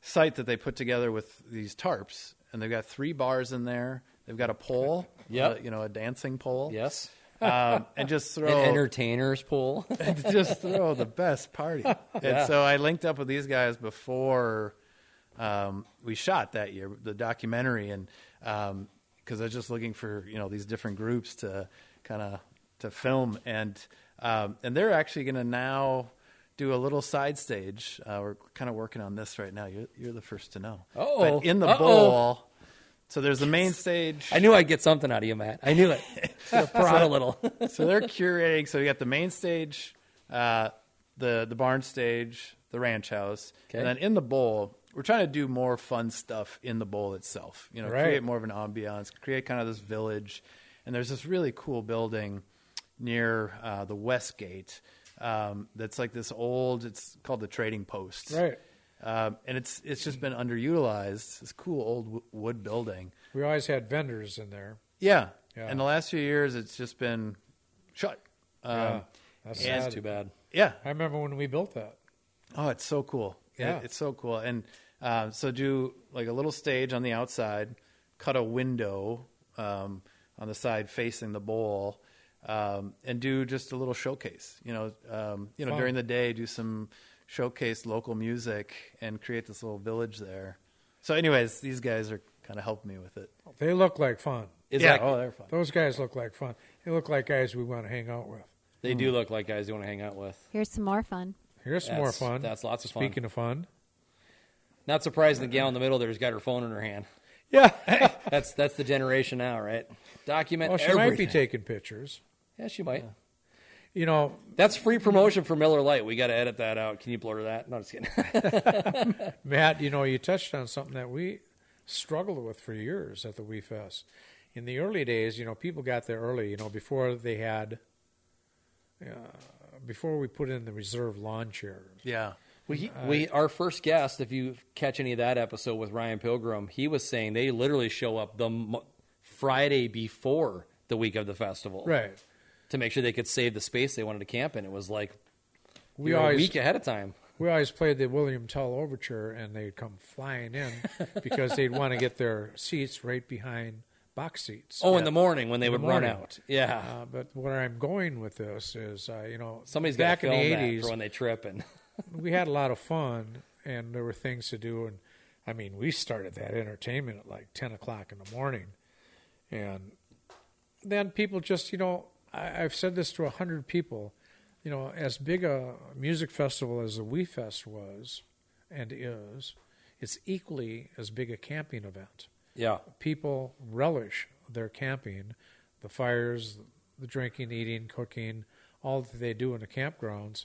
site that they put together with these tarps, and they've got three bars in there. They've got a pole,
Yep.
uh, you know, a dancing pole,
Yes.
um, and just throw
An entertainer's pool.
and just throw the best party. And so I linked up with these guys before um, we shot that year the documentary, and because I was just looking for you know these different groups to kind of to film, and um, and they're actually going to now do a little side stage. Uh, we're kind of working on this right now. You're, you're the first to know.
Uh-oh.
But in the
Uh-oh.
bowl. So there's the main stage.
I knew I'd get something out of you, Matt. I knew it. Should've prod a little.
so they're curating. So we got the main stage, uh, the the barn stage, the ranch house,
Okay.
and then in the bowl, we're trying to do more fun stuff in the bowl itself. You know,
Right.
create more of an ambiance, create kind of this village. And there's this really cool building near uh, the West Gate um, that's like this old. It's called the Trading Post,
Right.
Um, and it's it's just been underutilized. This cool old w- wood building.
We always had vendors in there.
Yeah.
Yeah.
In the last few years, it's just been shut. Um,
Yeah. That's
and-
That's too bad.
yeah.
I remember when we built that.
Oh, it's so cool. It-
Yeah.
it's so cool. And uh, so do like a little stage on the outside, cut a window um, on the side facing the bowl, um, and do just a little showcase. You know, um, you know
Fun.
during the day, do some showcase local music and create this little village there. So, anyways, these guys are kind of helping me with it.
They look like fun.
Is
yeah.
that-
oh, they're fun.
Those guys look like fun. They look like guys we want to hang out with.
they do look like guys you want to hang out with.
Here's some more fun.
Here's some more
That's-
fun.
that's lots of fun.
Speaking of fun,
Not surprising the gal in the middle there's got her phone in her hand.
yeah.
That's that's the generation now, right? Document
well, she
everything.
might be taking pictures.
yeah, she might.
You know,
That's free promotion for Miller Lite. We got to edit that out. Can you blur that? No, just kidding.
Matt, you know, you touched on something that we struggled with for years at the Wee Fest. In the early days, you know, people got there early, you know, before they had, uh, before we put in the reserve lawn chairs.
Yeah.
We, we our first guest, if you catch any of that episode with Ryan Pilgrim, he was saying they literally show up the mo- Friday before the week of the festival,
Right.
To make sure they could save the space they wanted to camp in. It was like
We
we are a
always
week ahead of time.
we always played the William Tell overture, and they'd come flying in because they'd want to get their seats right behind box seats.
Oh, in the morning when they
In the
would run
morning.
out. Yeah,
Uh, but where I'm going with this is, uh, you know,
somebody's got to
back in
film
the
that for when they trip. And
we had a lot of fun and there were things to do and i mean we started that entertainment at like 10 o'clock in the morning and then people just you know I, i've said this to a 100 people you know as big a music festival as the wee fest was and is it's equally as big a camping event
yeah,
people relish their camping, the fires, the drinking, eating, cooking, all that they do in the campgrounds.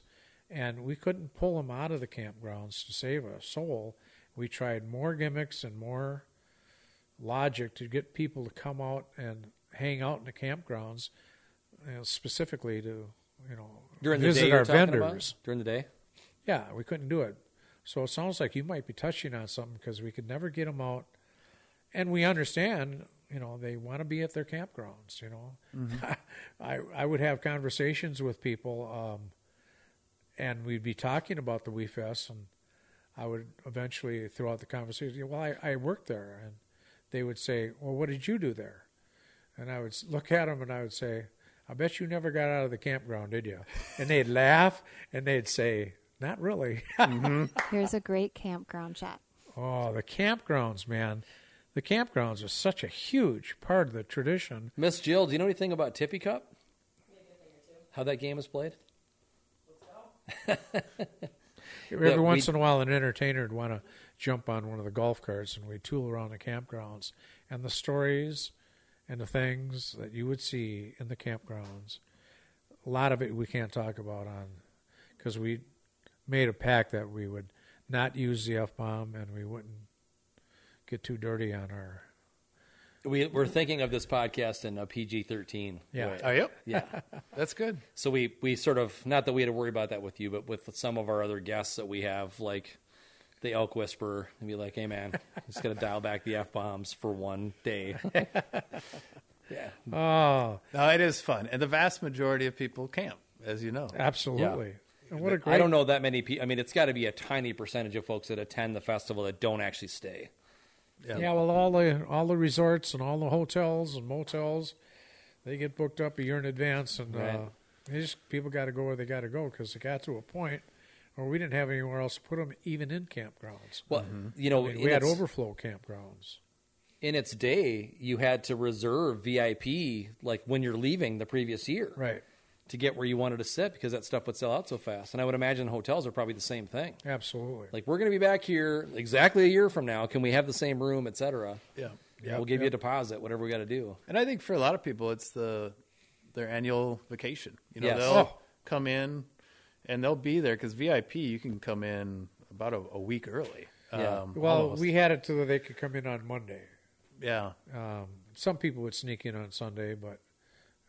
And we couldn't pull them out of the campgrounds to save a soul. We tried more gimmicks and more logic to get people to come out and hang out in the campgrounds, you know, specifically to you know
during the
visit
day.
our
you're talking about?
vendors.
during the day.
Yeah, we couldn't do it. So it sounds like you might be touching on something because we could never get them out. And we understand, you know, they want to be at their campgrounds. You know, I I would have conversations with people, um, and we'd be talking about the Wee Fest, and I would eventually throw out the conversation. Well, I, I worked there, and they would say, "Well, what did you do there?" And I would s- look at them, and I would say, "I bet you never got out of the campground, did you?" And they'd laugh, and they'd say, "Not really."
Here's a great campground shot.
oh, the campgrounds, man. The campgrounds are such a huge part of the tradition.
Miss Jill, do you know anything about Tippy Cup? How that game is played?
Every
Yeah,
once
we-
in a while, an entertainer would want to jump on one of the golf carts and we'd tool around the campgrounds. And the stories and the things that you would see in the campgrounds, a lot of it we can't talk about on because we made a pact that we would not use the F bomb and we wouldn't get too dirty on our.
We, we're thinking of this podcast in a PG thirteen.
Yeah.
Oh, yep.
yeah.
That's good.
So we we sort of not that we had to worry about that with you, but with some of our other guests that we have, like the Elk Whisperer, and be like, "Hey, man, I'm just gonna dial back the f bombs for one day." yeah,
Oh,
No, Uh, it is fun. And the vast majority of people camp, as you know.
absolutely. And what a great.
I don't know that many people. I mean, it's got to be a tiny percentage of folks that attend the festival that don't actually stay.
Yeah, well, all the all the resorts and all the hotels and motels, they get booked up a year in advance, and uh,
Right.
they just people got to go where they got to go because it got to a point where we didn't have anywhere else to put them, even in campgrounds.
Well, you know,
Mm-hmm. I mean,
in
we had
its-
overflow campgrounds.
in its day, you had to reserve VIP like when you're leaving the previous year,
Right.
to get where you wanted to sit because that stuff would sell out so fast. And I would imagine hotels are probably the same thing.
Absolutely.
like we're going to be back here exactly a year from now can we have the same room etc
Yeah.
we'll give you a deposit, whatever we got to do.
And I think for a lot of people, it's the their annual vacation. You know,
Yes.
they'll
Oh.
come in and they'll be there because VIP, you can come in about a, a week early. Um,
Yeah.
Well,
almost.
we had it so that they could come in on Monday.
yeah,
Um, some people would sneak in on Sunday, but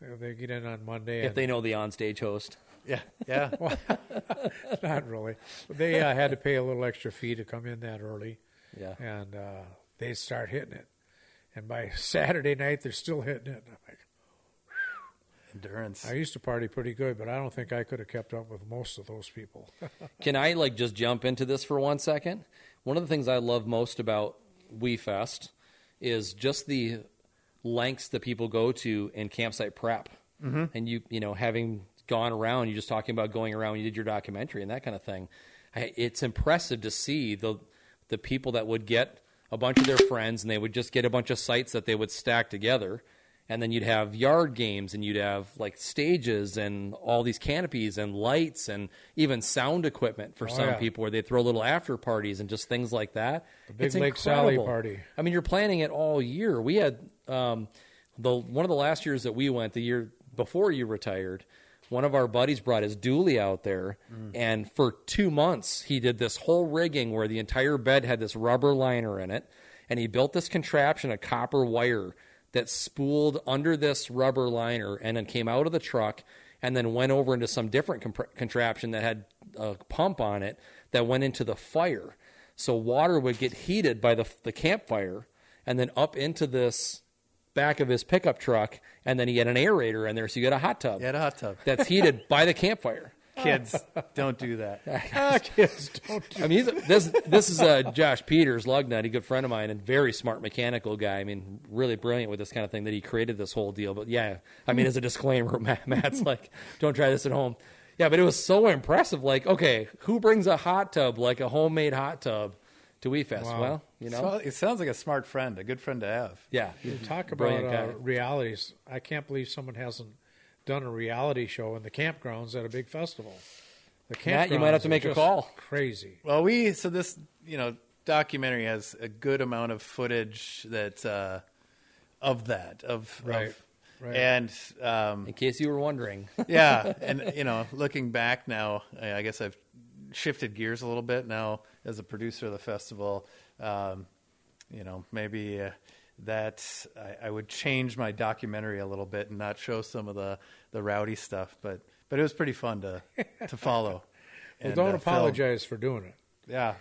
uh, they get in on Monday.
If they know the onstage host,
yeah, yeah.
and not really, they uh, had to pay a little extra fee to come in that early,
yeah,
and uh, they start hitting it. And by Saturday night, they're still hitting it. And I'm like,
Endurance.
I used to party pretty good, but I don't think I could have kept up with most of those people.
Can I like just jump into this for one second? One of the things I love most about WeFest is just the lengths that people go to in campsite prep. Mm-hmm. And you, you know, having gone around, you're just talking about going around. You did your documentary and that kind of thing. I, it's impressive to see the the people that would get a bunch of their friends and they would just get a bunch of sites that they would stack together and then you'd have yard games and you'd have like stages and all these canopies and lights and even sound equipment for some
yeah.
people where they throw little after parties and just things like that. The
Big Lake Sally party.
I mean, you're planning it all year. We had um, the one of the last years that we went, the year before you retired. One of our buddies brought his dually out there,
Mm.
and for two months he did this whole rigging where the entire bed had this rubber liner in it, and he built this contraption of copper wire that spooled under this rubber liner and then came out of the truck and then went over into some different compr contraption that had a pump on it that went into the fire. So water would get heated by the, the campfire and then up into this back of his pickup truck. And then he had an aerator in there. So you got a hot tub
yeah, the hot tub.
that's heated by the campfire.
Kids, don't do that.
ah, kids, don't
I mean, he's, this this is uh, Josh Peters, lug nut, a good friend of mine, and very smart mechanical guy. I mean, really brilliant with this kind of thing that he created this whole deal. But yeah, I mean, as a disclaimer, Matt, Matt's like, don't try this at home. Yeah, but it was so impressive. Like, okay, who brings a hot tub, like a homemade hot tub, to WeFest? Well, you know,
So- it sounds like a smart friend, a good friend to have.
yeah,
Talk about
Brilliant
uh,
guy.
realities. I can't believe someone hasn't done a reality show in the campgrounds at a big festival. The
Matt, you might have
campgrounds
to
are
make a
just
call.
Crazy.
Well, we so this you know documentary has a good amount of footage that uh, of that of
Right,
of,
right.
and um,
In case you were wondering,
yeah, and you know, looking back now, I I guess I've shifted gears a little bit now as a producer of the festival. Um, you know, maybe uh, that I, I would change my documentary a little bit and not show some of the the rowdy stuff, but but it was pretty fun to to follow.
Well,
and,
don't
uh, film.
apologize for doing it.
Yeah,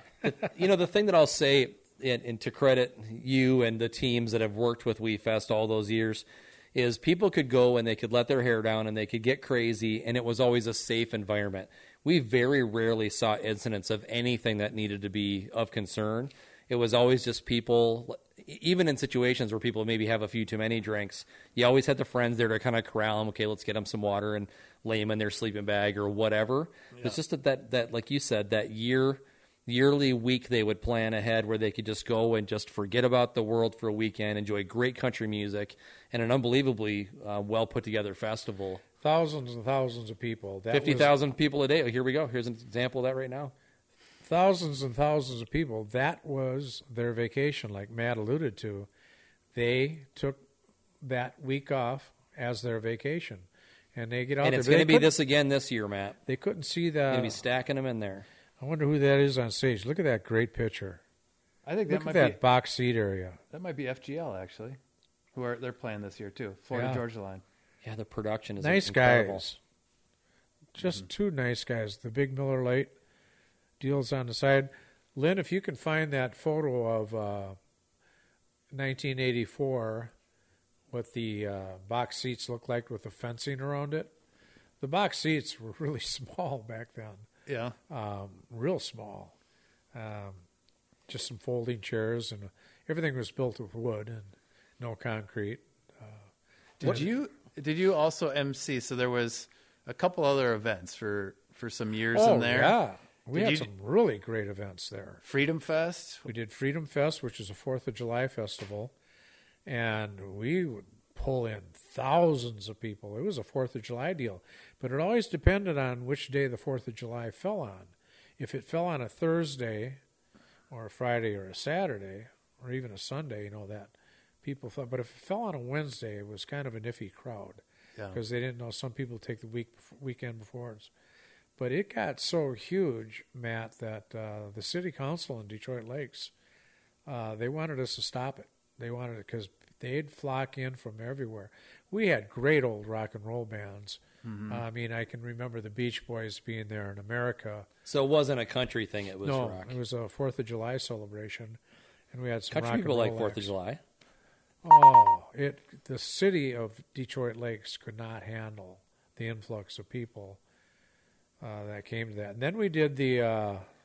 you know, the thing that I'll say, and, and to credit you and the teams that have worked with WeFest all those years, is people could go and they could let their hair down and they could get crazy, and it was always a safe environment. We very rarely saw incidents of anything that needed to be of concern. It was always just people, even in situations where people maybe have a few too many drinks, you always had the friends there to kind of corral them. Okay, let's get them some water and lay them in their sleeping bag or whatever. It's just that, that, that, like you said, that year yearly week they would plan ahead where they could just go and just forget about the world for a weekend, enjoy great country music, and an unbelievably uh, well put together festival.
Thousands and thousands of people. That was-
Fifty thousand people a day. Oh, Here we go. Here's an example of that right now.
Thousands and thousands of people. That was their vacation, like Matt alluded to. They took that week off as their vacation, and they get out
and
there.
it's
but
going to
they
be
couldn't-
this again this year, Matt.
They couldn't see
Going
that.
to be stacking them in there.
I wonder who that is on stage. Look at that great picture.
I think
Look
that
at
might
that
be
box seat area.
that might be FGL actually, who are they're playing this year too, Florida
Yeah.
Georgia Line.
Yeah, the production is
nice
incredible.
guys.
Mm-hmm.
Just two nice guys. The big Miller Lite deals on the side. Lynn, if you can find that photo of uh, 1984, what the uh, box seats looked like with the fencing around it. The box seats were really small back then,
Yeah,
um, real small. Um, just some folding chairs, and everything was built with wood and no concrete.
Did you did you also MC? So there was a couple other events for for some years in there.
Oh, Yeah. We
Did
had
you-
some really great events there.
Freedom Fest.
We did Freedom Fest, which is a 4th of July festival, and we would pull in thousands of people. It was a 4th of July deal, but it always depended on which day the 4th of July fell on. If it fell on a Thursday or a Friday or a Saturday or even a Sunday, you know, that people thought. But if it fell on a Wednesday, it was kind of an iffy crowd
Yeah.
because they didn't know some people take the week bef- weekend before. It's, but it got so huge, Matt, that uh, the city council in Detroit Lakes uh, they wanted us to stop it. They wanted it because they'd flock in from everywhere. We had great old rock and roll bands.
Mm-hmm.
I mean, I can remember the Beach Boys being there in America.
So it wasn't a country thing. It was
no,
rock.
it was a Fourth of July celebration, and we had some rock
country
and
people like
roll
Fourth of
acts.
July.
Oh, it the city of Detroit Lakes could not handle the influx of people uh, that came to that. And then we did the uh,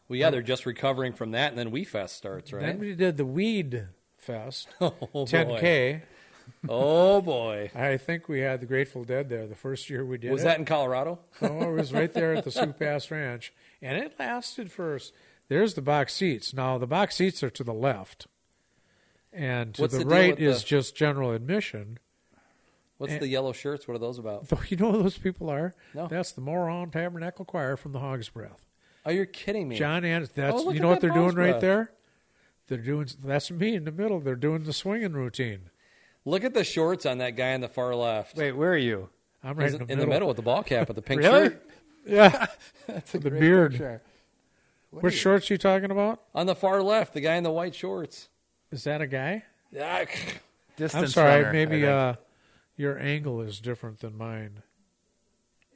Well, yeah, they're just recovering from that, and then We Fest starts,
then
right?
we did the Weed Fest,
Oh,
ten k.
boy. Oh boy,
I think we had the Grateful Dead there the first year we did.
was
it.
that in Colorado?
oh, it was right there at the Sioux Pass Ranch, and it lasted for. s- There's the box seats. Now the box seats are to the left, and to
What's
the,
the deal
right
with the-
is just general admission.
What's
Eh.
the yellow shirts? What are those about?
Though you know who those people are.
No.
That's the Moron Tabernacle Choir from the Hog's Breath.
Oh, you're kidding me.
John Anderson. That's
Oh, look
you
at
know what
that
they're
Hog's
doing right
Breath.
there. They're doing that's me in the middle. They're doing the swinging routine.
Look at the shorts on that guy on the far left.
Wait, where are you?
I'm right
He's
in the
in
middle.
the middle with the ball cap with the pink
Really?
shirt.
Yeah,
That's a
the
great
beard.
picture.
What, shorts you talking about?
On the far left, the guy in the white shorts.
Is that a guy?
Ah,
Distance
I'm sorry.
runner, I
maybe
think.
uh, your angle is different than mine.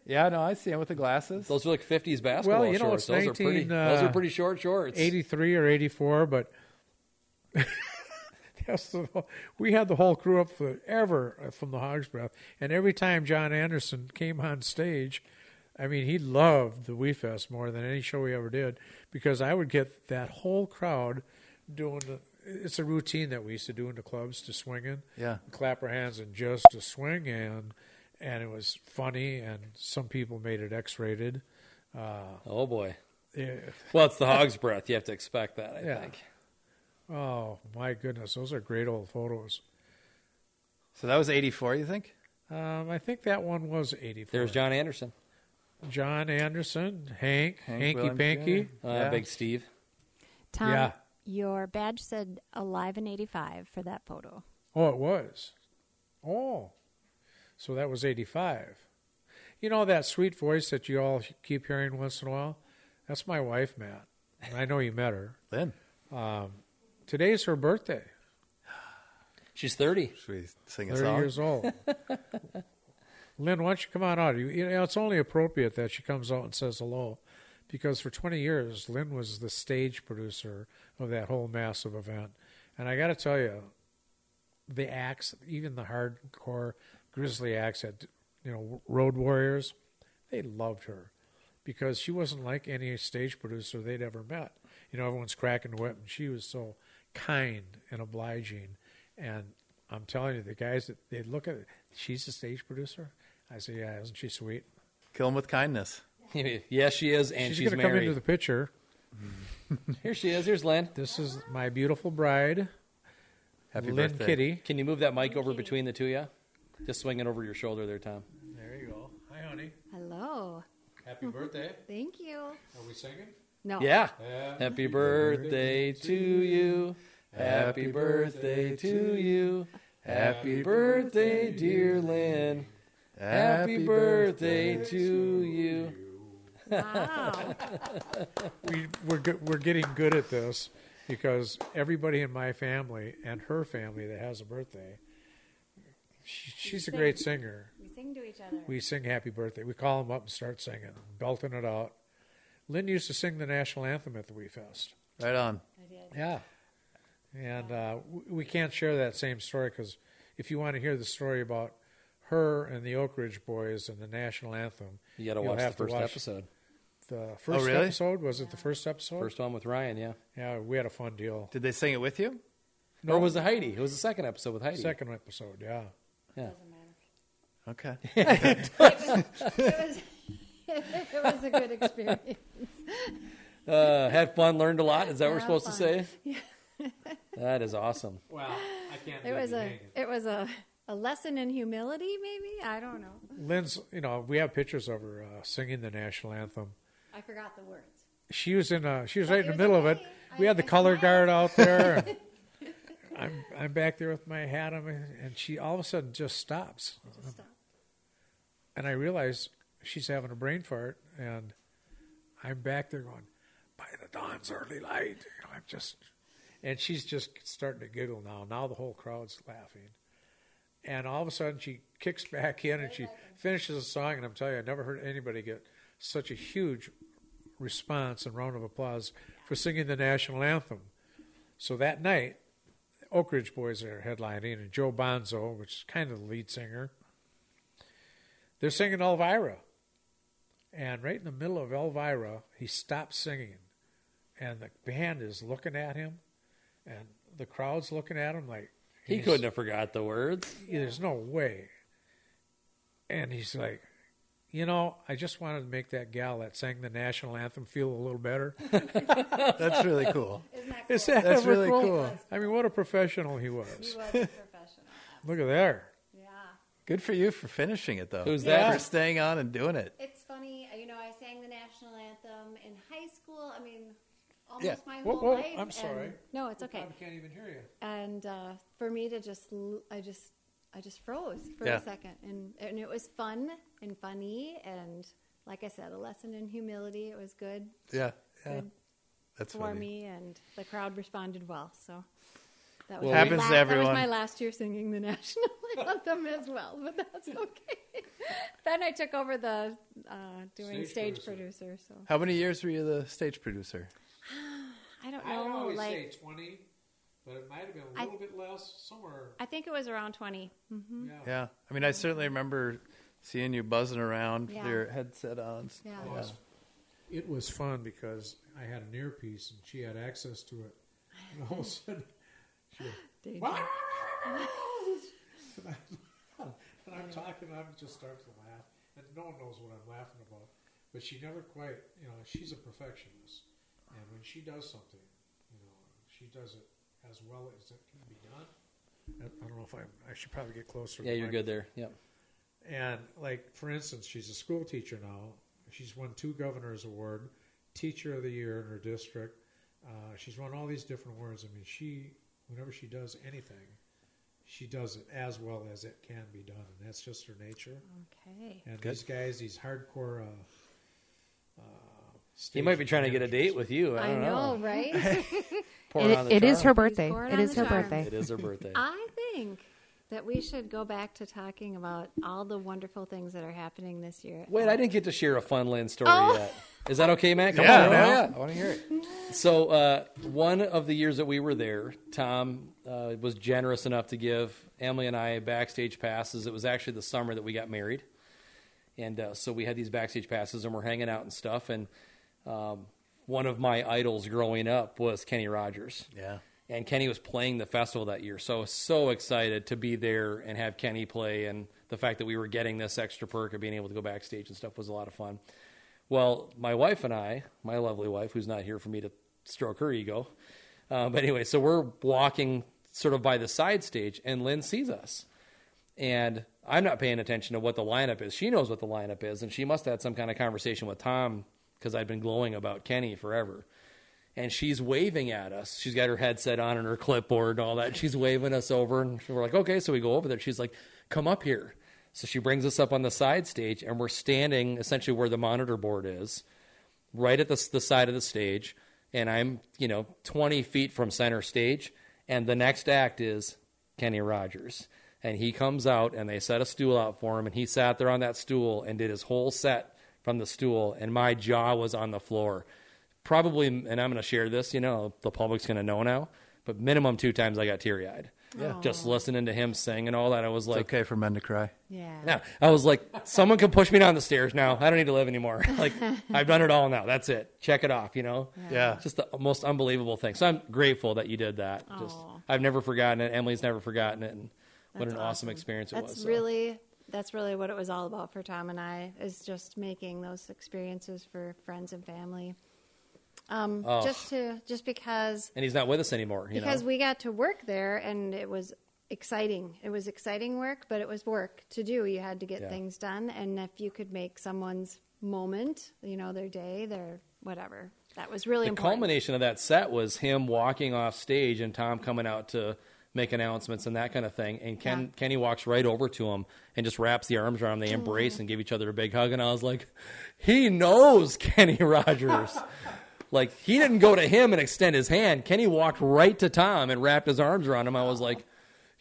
yeah, no, I see him with the glasses.
Those are like 50s basketball
you know,
shorts.
it's
Those are pretty.
19, uh,
those are pretty short shorts.
83 or 84, but that's the, we had the whole crew up forever uh, from the Hog's Breath. And every time John Anderson came on stage, I mean, he loved the Wee Fest more than any show he ever did because I would get that whole crowd doing the. It's a routine that we used to do in the clubs to swing in.
Yeah.
Clap our hands and just to swing in. And it was funny, and some people made it X rated.
Oh boy.
Yeah.
Well, it's the hog's breath. You have to expect that. I
Yeah.
think.
Oh my goodness, those are great old photos.
So that was 84, you think?
Um, I think that one was eighty-four.
There's John Anderson.
John Anderson, Hank,
Hank
Hanky
Williams
Panky.
Jr.
Uh,
Yeah.
Big Steve.
Tom,
Yeah.
your badge said alive in 85 for that photo.
Oh, it was. Oh, so that was eighty-five. You know that sweet voice that you all keep hearing once in a while? That's my wife, Matt. And I know you met her. Um,
Then.
Today's her birthday.
She's 30.
Should we sing a
Thirty
song?
years old. Lynn, why don't you come on out? You, you know, it's only appropriate that she comes out and says hello, because for 20 years, Lynn was the stage producer of that whole massive event. And I got to tell you, the acts, even the hardcore grizzly acts at you know Road Warriors, they loved her because she wasn't like any stage producer they'd ever met. You know, everyone's cracking the whip, and she was so kind and obliging. And I'm telling you, the guys that they look at, it, she's a stage producer. I say, yeah, isn't she sweet?
Kill him with kindness.
yes, she is, and she's,
she's gonna come
married.
into the picture.
Here she is. Here's Lynn.
This is my beautiful bride,
Happy
Lynn
birthday.
Kitty.
Can you move that mic over between the two of you? Just swing it over your shoulder there, Tom.
There you go. Hi, honey.
Hello.
Happy birthday.
Thank you.
Are we singing?
No.
Yeah. Happy birthday to you. Happy birthday to you. Happy birthday, dear Lynn. Happy birthday to you.
Wow.
we, we're go- we're getting good at this because everybody in my family and her family that has a birthday, she, she's a great singer.
we sing to each other.
We sing "Happy Birthday." We call them up and start singing, belting it out. Lynn used to sing the national anthem at the Wee Fest.
Right on.
Yeah, and uh, w- we can't share that same story because if you want to hear the story about her and the Oak Ridge Boys and the national anthem,
You got to
you'll
watch the
have to
first
watch
episode. Oh,
The first
really?
episode was it the first episode?
First one with Ryan, yeah.
Yeah, we had a fun deal.
Did they sing it with you?
Or was it Heidi? It was the second episode with Heidi.
Second episode, yeah.
Yeah.
Okay.
It was, it was a good experience.
Uh, had fun, learned a lot. Is that what we're supposed to say? that is awesome.
Well, I can't.
It was a it was a, a lesson in humility, maybe. I don't know.
Lynn's. You know, we have pictures of her uh, singing the national anthem.
I forgot the words.
She was in. A, she was right in the
Oh, it was
middle of it.
okay.
We
I-
had the
I
color
smiled.
guard out there. I'm I'm back there with my hat on, my, and she all of a sudden just stops,
Just stop.
and I realize she's having a brain fart, and I'm back there going, by the dawn's early light, you know, I'm just, and she's just starting to giggle now. Now the whole crowd's laughing, and all of a sudden she kicks back in and she finishes the song, and I'm telling you, I never heard anybody get such a huge response and round of applause for singing the national anthem. So that night, Oak Ridge Boys are headlining, and Joe Bonzo, which is kind of the lead singer, they're singing Elvira. And right in the middle of Elvira, he stops singing, and the band is looking at him, and the crowd's looking at him like
He
he's-
couldn't have forgot the words.
There's no way. And he's like, you know, I just wanted to make that gal that sang the national anthem feel a little better.
That's really cool.
Isn't that cool?
Is that
That's
ever
really
cool?
cool.
I mean, what a professional he
He
was.
was a professional.
Look at there.
Yeah.
Good for you for finishing it though.
Who's that?
For staying on and doing it.
It's funny, you know, I sang the national anthem in high school. I mean, almost
Yeah.
my
Whoa,
whole
whoa,
life.
I'm sorry.
and- no, it's okay.
can't even hear you.
And uh, for me to just, l- I just, I just froze for
Yeah.
a second, and and it was fun and funny, and like I said, a lesson in humility. It was good,
Yeah. Yeah.
good
That's
for
funny.
me, and the crowd responded well. So. That
Well,
my
Happens to everyone.
That was my last year singing the national anthem as well, but that's okay. then I took over the uh, doing
Stage
stage, producer, so
How many years were you the stage producer?
I don't
I would
know.
always
like
say 20, but it might have been a
I-
little bit less somewhere.
I think it was around 20. Mm-hmm.
Yeah.
Yeah. I mean, I certainly remember seeing you buzzing around with
Yeah.
your headset on.
Yeah.
It was- It was fun because I had an earpiece and she had access to it. And all of a sudden,
Danger.
"Wah, wah, wah, wah, wah," and I- and I'm talking, I just start to laugh, and no one knows what I'm laughing about. But she never quite, you know, she's a perfectionist, and when she does something, you know, she does it as well as it can be done. I I don't know if I, I should probably get closer. to
Yeah,
the
you're
mic.
good there. Yep.
And like for instance, she's a school teacher now. She's won two governors' award, teacher of the year in her district. Uh, she's won all these different awards. I mean, she whenever she does anything, she does it as well as it can be done, and that's just her nature.
Mm-hmm.
Okay.
And
Good.
these guys, these hardcore. Uh, uh,
He might be trying to get a date with you. I
I
don't
know, right?
Pour
It-
on the
it is her
charm.
birthday.
pouring
It
on
is
the
her
charm.
birthday.
It is her birthday.
I think that we should go back to talking about all the wonderful things that are happening this year.
Wait, I didn't get to share a Funland story
Oh.
yet. Is that okay, Matt? Come
Yeah, oh,
on.
yeah, I want to hear it.
So uh, one of the years that we were there, Tom uh, was generous enough to give Emily and I backstage passes. It was actually the summer that we got married, and uh, so we had these backstage passes, and we're hanging out and stuff. And um, one of my idols growing up was Kenny Rogers.
Yeah.
And Kenny was playing the festival that year, so I was so excited to be there and have Kenny play, and the fact that we were getting this extra perk of being able to go backstage and stuff was a lot of fun. Well, my wife and I, my lovely wife, who's not here for me to stroke her ego, uh, but anyway, so we're walking sort of by the side stage, and Lynn sees us, and I'm not paying attention to what the lineup is. She knows what the lineup is, and she must have had some kind of conversation with Tom because I'd been glowing about Kenny forever. And she's waving at us. She's got her headset on and her clipboard and all that. She's waving us over, and we're like, okay. So we go over there. She's like, come up here. So she brings us up on the side stage, and we're standing essentially where the monitor board is, right at the, the side of the stage. And I'm, you know, 20 feet from center stage. And the next act is Kenny Rogers. And he comes out and they set a stool out for him. And he sat there on that stool and did his whole set from the stool. And my jaw was on the floor. Probably, and I'm going to share this, you know, the public's going to know now, but minimum two times I got teary eyed.
Yeah.
Just listening to him sing and all that. I was
It's
like,
okay for men to cry.
Yeah.
now, I was like, someone can push me down the stairs now. I don't need to live anymore. Like, I've done it all now. That's it. Check it off, you know?
Yeah.
Just the most unbelievable thing. So I'm grateful that you did that. Just
Aw.
I've never forgotten it. Emily's never forgotten it. And what
That's
an awesome, experience it
that's
was. So,
really that's really what it was all about for Tom and I is just making those experiences for friends and family. Um,
Oh.
just to just because
and he's not with us anymore. You
because
know?
we got to work there and it was exciting it was exciting work but it was work to do you had to get
Yeah.
things done and if you could make someone's moment you know their day their whatever that was really
the
important
culmination of that set was him walking off stage and Tom coming out to make announcements and that kind of thing. And Ken Kenny walks right over to him and just wraps the arms around. Him. They embrace and give each other a big hug. And I was like, he knows Kenny Rogers. like he didn't go to him and extend his hand. Kenny walked right to Tom and wrapped his arms around him. I was like.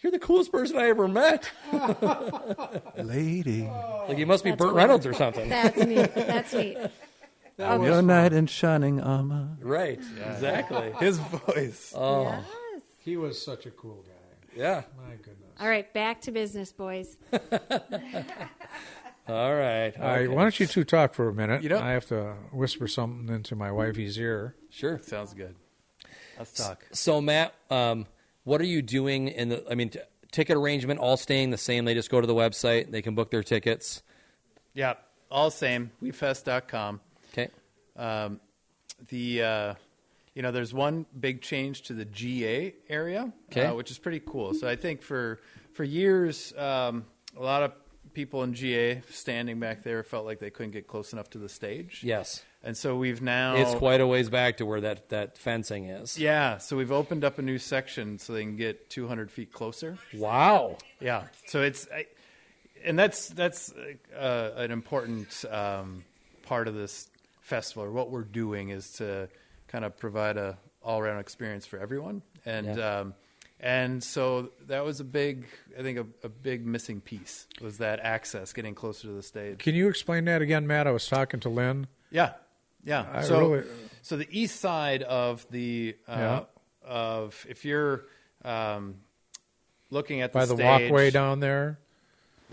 You're the coolest person I ever met.
Lady,
Oh,
Like you must be Burt Reynolds or something.
That's neat. That's neat.
your knight in shining armor. Uh,
Right. Exactly.
His voice.
Oh.
Yes.
He was such a cool guy.
Yeah.
My goodness.
All right, back to business, boys.
All right.
All right,
Okay.
why don't you two talk for a minute?
You know-
I have to whisper something into my wifey's ear.
Sure.
Sounds good. Let's talk.
So Matt, um, what are you doing in the? I mean, t- ticket arrangement all staying the same. They just go to the website. They can book their tickets.
Yeah, all same. Wefest.com.
Okay.
the uh, you know there's one big change to the GA area,
Okay.
uh, which is pretty cool. So I think for for years, um, a lot of people in GA standing back there felt like they couldn't get close enough to the stage.
Yes.
and so we've now
It's quite a ways back to where that that fencing is.
Oh. yeah. So we've opened up a new section so they can get 200 feet closer.
Wow.
Yeah. So it's, I, and that's that's uh, an important um, part of this festival. Or what we're doing is to kind of provide a all around experience for everyone, and
Yeah.
um, and so that was a big, I think, a, a big missing piece was that access, getting closer to the stage.
Can you explain that again, Matt? I was talking to Lynn.
Yeah, yeah.
I
so,
really-
so the east side of the uh, of if you're um, looking at the
By the
stage-
walkway down there.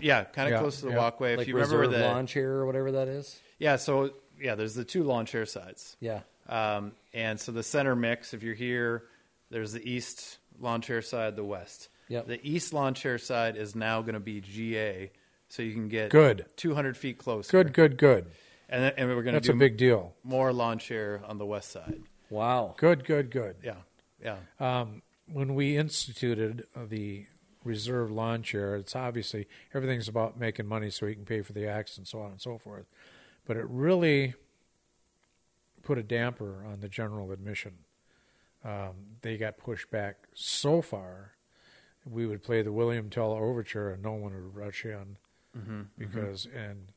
yeah, kind of
Yeah,
close to the
yeah.
walkway. If
like
you remember
reserve
the
lawn chair or whatever that is.
yeah, so yeah, there's the two lawn chair sides.
Yeah.
Um, and so the center mix, if you're here, there's the east lawn chair side, the west.
Yep.
The east lawn chair side is now going to be GA, so you can get
Good.
200 feet closer.
Good, good, good.
And then- and we're going to
That's
do
a big deal.
more lawn chair on the west side.
Wow.
Good, good, good.
Yeah, yeah,
Uh, When we instituted the reserve lawn chair, it's obviously everything's about making money so we can pay for the acts and so on and so forth. But it really put a damper on the general admission. Um, they got pushed back so far. We would play the William Tell overture and no one would rush in
Mm-hmm.
because and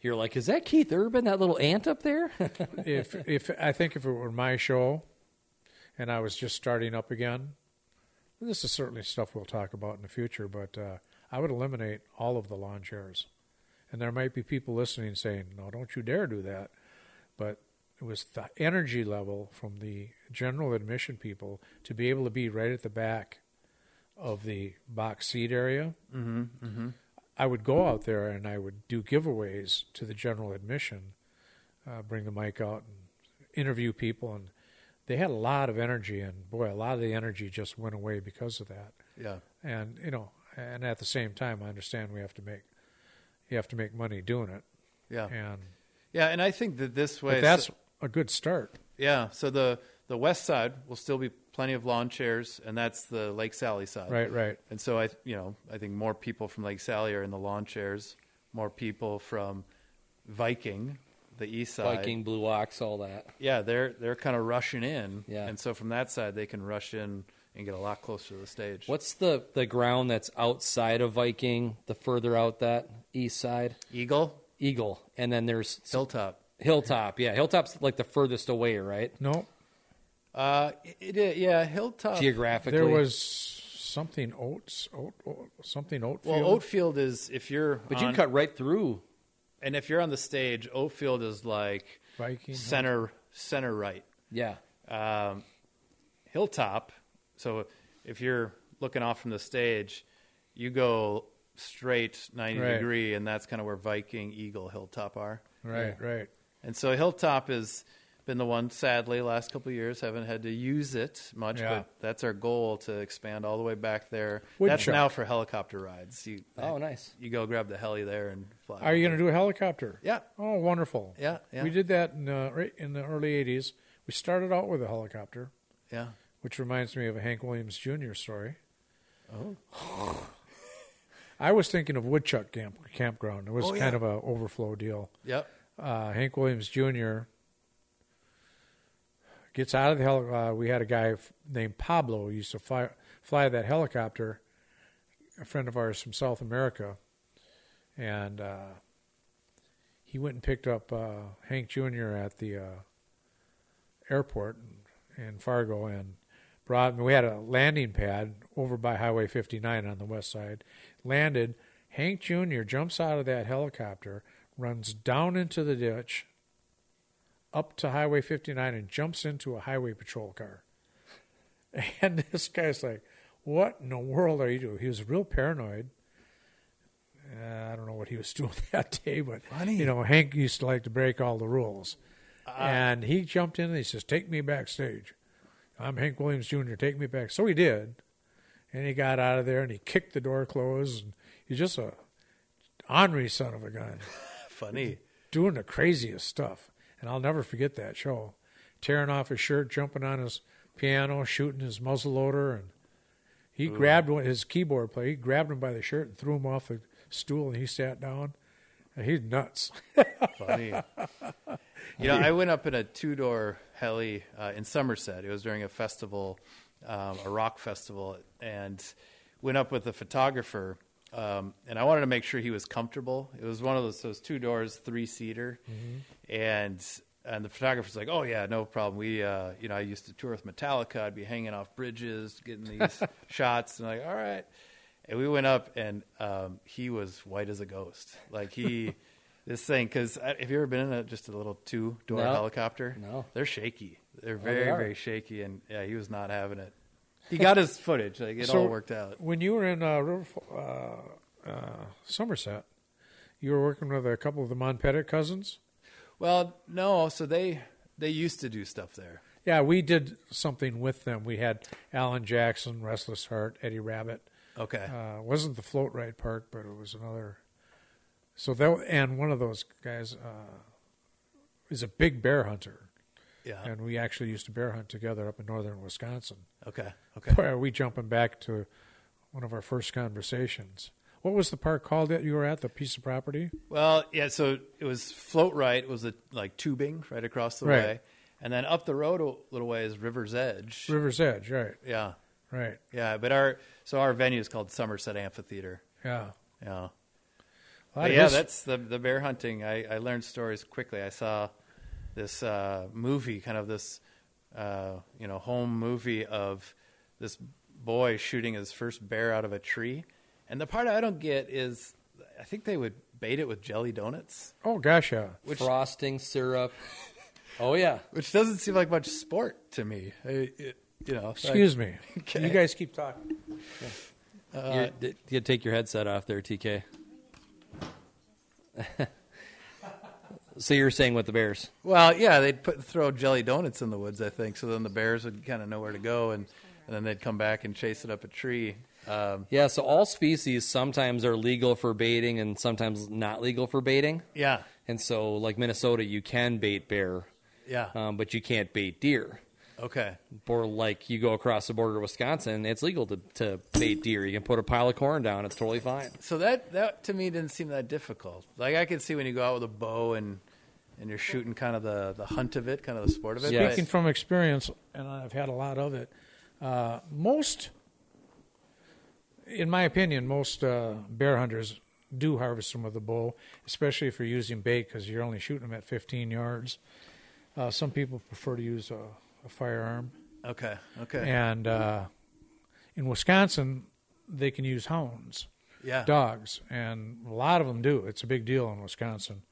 You're like, is that Keith Urban? That little ant up there?
if if I think if it were my show, and I was just starting up again, this is certainly stuff we'll talk about in the future. But uh, I would eliminate all of the lawn chairs, and there might be people listening saying, "No, don't you dare do that." But it was the energy level from the general admission people to be able to be right at the back of the box seat area. Mm-hmm, mm-hmm. I would go out there and I would do giveaways to the general admission uh, bring the mic out and interview people and they had a lot of energy and boy a lot of the energy just went away because of that
yeah.
and you know and at the same time i understand we have to make you have to make money doing it
Yeah.
and
Yeah, and I think that this way
but that's
so-
a good start
yeah, so the the west side will still be plenty of lawn chairs and that's the Lake Sally side.
right right
And so I, you know, I think more people from Lake Sally are in the lawn chairs. More people from Viking, the east side.
Viking, Blue Ox, all that.
Yeah, they're they're kind of rushing in.
Yeah.
And so from that side, they can rush in and get a lot closer to the stage.
What's the the ground that's outside of Viking? The further out that east side,
Eagle
Eagle, and then there's
Hilltop?
Hilltop, yeah. Hilltop's like the furthest away, right?
no
Uh, it, it- yeah,
Uh,
Hilltop.
Geographically.
there was something oats oat, oat something oat
well, Oatfield is if you're
But you
on-
cut right through.
and if you're on the stage, Oatfield is like
Viking, huh?
center center right.
Yeah.
um, hilltop. So if you're looking off from the stage, you go straight 90
Right.
degree, and that's kind of where Viking, Eagle, Hilltop are.
right right
And so Hilltop has been the one, sadly, last couple of years haven't had to use it much,
Yeah.
but that's our goal to expand all the way back there. That's
Woodchuck.
now for helicopter rides. You,
Oh, nice.
you go grab the heli there and fly.
are you going to do a helicopter
Uh, Yeah.
oh wonderful
Yeah, yeah.
we did that in, uh, right in the early 80s we started out with a helicopter
Yeah.
which reminds me of a Hank Williams Jr. story. Oh. I was thinking of Woodchuck camp, Campground. It was
Oh, yeah.
kind of a overflow deal.
Yep.
Uh, Hank Williams Jr. gets out of the heli. Uh, we had a guy f- named Pablo who used to fly, fly that helicopter, a friend of ours from South America, and uh, he went and picked up uh, Hank Jr. at the uh, airport in Fargo and brought him. We had a landing pad over by Highway 59 on the west side. Landed. Hank Jr. jumps out of that helicopter, runs down into the ditch, up to Highway 59, and jumps into a highway patrol car. And this guy's like, What in the world are you doing? He was real paranoid. Uh, I don't know what he was doing that day, but
Funny.
you know, Hank used to like to break all the rules. and he jumped in and he says, Take me backstage. I'm Hank Williams Jr., take me back. So he did. And he got out of there and he kicked the door closed and he's just a ornery son of a gun.
Funny.
doing the craziest stuff. And I'll never forget that show. Tearing off his shirt, jumping on his piano, shooting his muzzle loader, and he grabbed one, his keyboard player. He grabbed him by the shirt and threw him off the stool, and he sat down. And he's nuts.
Funny. you know, I went up in a two door heli uh, in Somerset. It was during a festival, um, a rock festival, and went up with a photographer. Um, and I wanted to make sure he was comfortable. It was one of those, those two doors, three seater, and and the photographer's like, "Oh yeah, no problem. We, uh, you know, I used to tour with Metallica. I'd be hanging off bridges, getting these shots." And I'm like, all right. And we went up, and um, he was white as a ghost. Like he, this thing. Because have you ever been in a, just a little two door
No.
helicopter?
No.
they're shaky.
Oh,
They're very,
are.
very shaky. And yeah, he was not having it. He got his footage. Like it
So,
all worked out.
When you were in uh, River, uh, uh, Somerset, you were working with a couple of the Monpettit cousins.
Well, no. So they they used to do stuff there.
Yeah, we did something with them. We had Alan Jackson, Restless Heart, Eddie Rabbit.
Okay.
Uh, wasn't the Float Ride Park, but it was another. So that and one of those guys uh, is a big bear hunter,
yeah.
and we actually used to bear hunt together up in northern Wisconsin.
okay. Okay.
Boy, are we jumping back to one of our first conversations? What was the park called that you were at? The piece of property?
Well, yeah. So it was float right. It was a, like tubing right across the
Right.
way, and then up the road a little way is River's Edge.
River's Edge, right?
yeah,
Right.
yeah. But our so our venue is called Somerset Amphitheater.
Yeah. A
Yeah,
lot
But
of
yeah.
his-
That's the the bear hunting. I, I learned stories quickly. I saw this uh, movie, kind of this uh, you know home movie of this boy shooting his first bear out of a tree, and the part I don't get is I think they would bait it with jelly donuts.
oh gosh, yeah.
Which-
frosting syrup. Oh yeah,
which doesn't seem like much sport to me. I- it- you know, it's like-
Excuse me.
Okay.
You guys keep talking.
you, did- you take your headset off there, TK. so you're saying with the Bears?
Well, yeah, they'd put throw jelly donuts in the woods, I think, so then the bears would kind of know where to go, and, and then they'd come back and chase it up a tree. Um,
Yeah. So all species sometimes are legal for baiting and sometimes not legal for baiting.
yeah,
And so, like Minnesota, you can bait bear,
yeah,
um, but you can't bait deer.
okay,
Or like you go across the border of Wisconsin, it's legal to, to bait deer. You can put a pile of corn down; it's totally fine.
so that that to me didn't seem that difficult. Like I could see when you go out with a bow and and you're shooting kind of the the hunt of it, kind of the sport of it.
Yeah.
Speaking
but-
from experience, and I've had a lot of it, uh, most, in my opinion, most uh, bear hunters do harvest them with a bow, especially if you're using bait because you're only shooting them at 15 yards. Uh, some people prefer to use a, a firearm.
okay, okay,
And uh, in Wisconsin, they can use hounds
yeah,
dogs, and a lot of them do. It's a big deal in Wisconsin.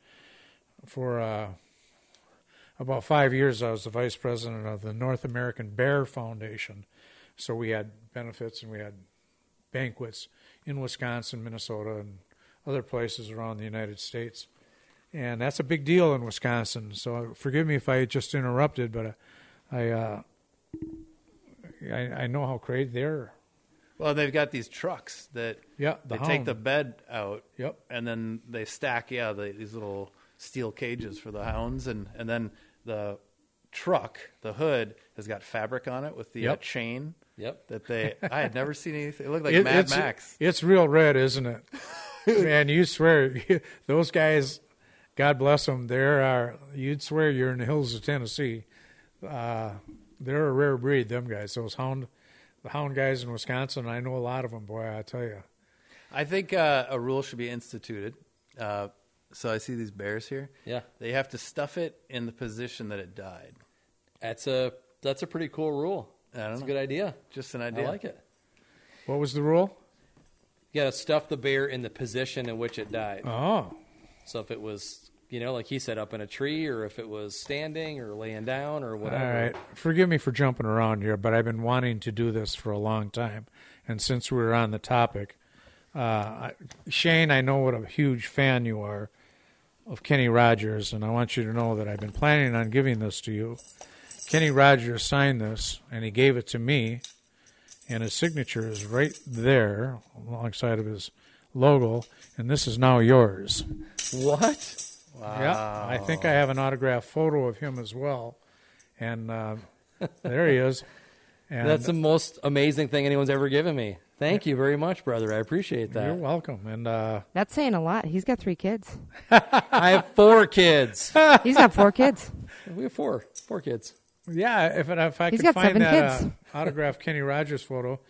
For uh, about five years, I was the vice president of the North American Bear Foundation. So we had benefits and we had banquets in Wisconsin, Minnesota, and other places around the United States. And that's a big deal in Wisconsin. So forgive me if I just interrupted, but I, I, uh, I, I know how crazy they're.
Well, they've got these trucks that
Yeah, the
they take
hound.
the bed out.
Yep.
And then they stack yeah the, these little steel cages for the hounds and and then the truck the hood has got fabric on it with the uh,
Yep.
chain.
Yep.
That they I had never seen anything. It looked like
It-
Mad
it's,
Max.
It's real red, isn't it? Man, you swear those guys. God bless them. There are you'd swear you're in the hills of Tennessee. Uh, they're a rare breed. Them guys, those hound, the hound guys in Wisconsin. I know a lot of them. Boy, I tell you,
I think uh, a rule should be instituted. Uh, so I see these bears here.
Yeah.
They have to stuff it in the position that it died.
That's a that's a pretty cool rule.
I don't
that's
know.
a good idea.
Just an idea.
I like it.
what was the rule?
You got to stuff the bear in the position in which it died.
Oh,
So if it was, you know, like he said, up in a tree, or if it was standing or laying down or
all
whatever.
right. Forgive me for jumping around here, but I've been wanting to do this for a long time, and since we were on the topic, uh, I- Shane, I know what a huge fan you are of Kenny Rogers, and I want you to know that I've been planning on giving this to you. Kenny Rogers signed this, and he gave it to me, and his signature is right there alongside of his logo, and this is now yours.
What?
Yeah, I think I have
Oh.
an autographed photo of him as well, and uh, there he is. And
That's the most amazing thing anyone's ever given me. Thank you very much, brother. I appreciate
you're
that.
welcome. And uh,
That's saying a lot. He's got three kids.
I have four kids.
He's got four kids.
we have four, four kids.
yeah, if it, if I
He's
can
got
find
seven
that uh,
kids.
autographed Kenny Rogers photo,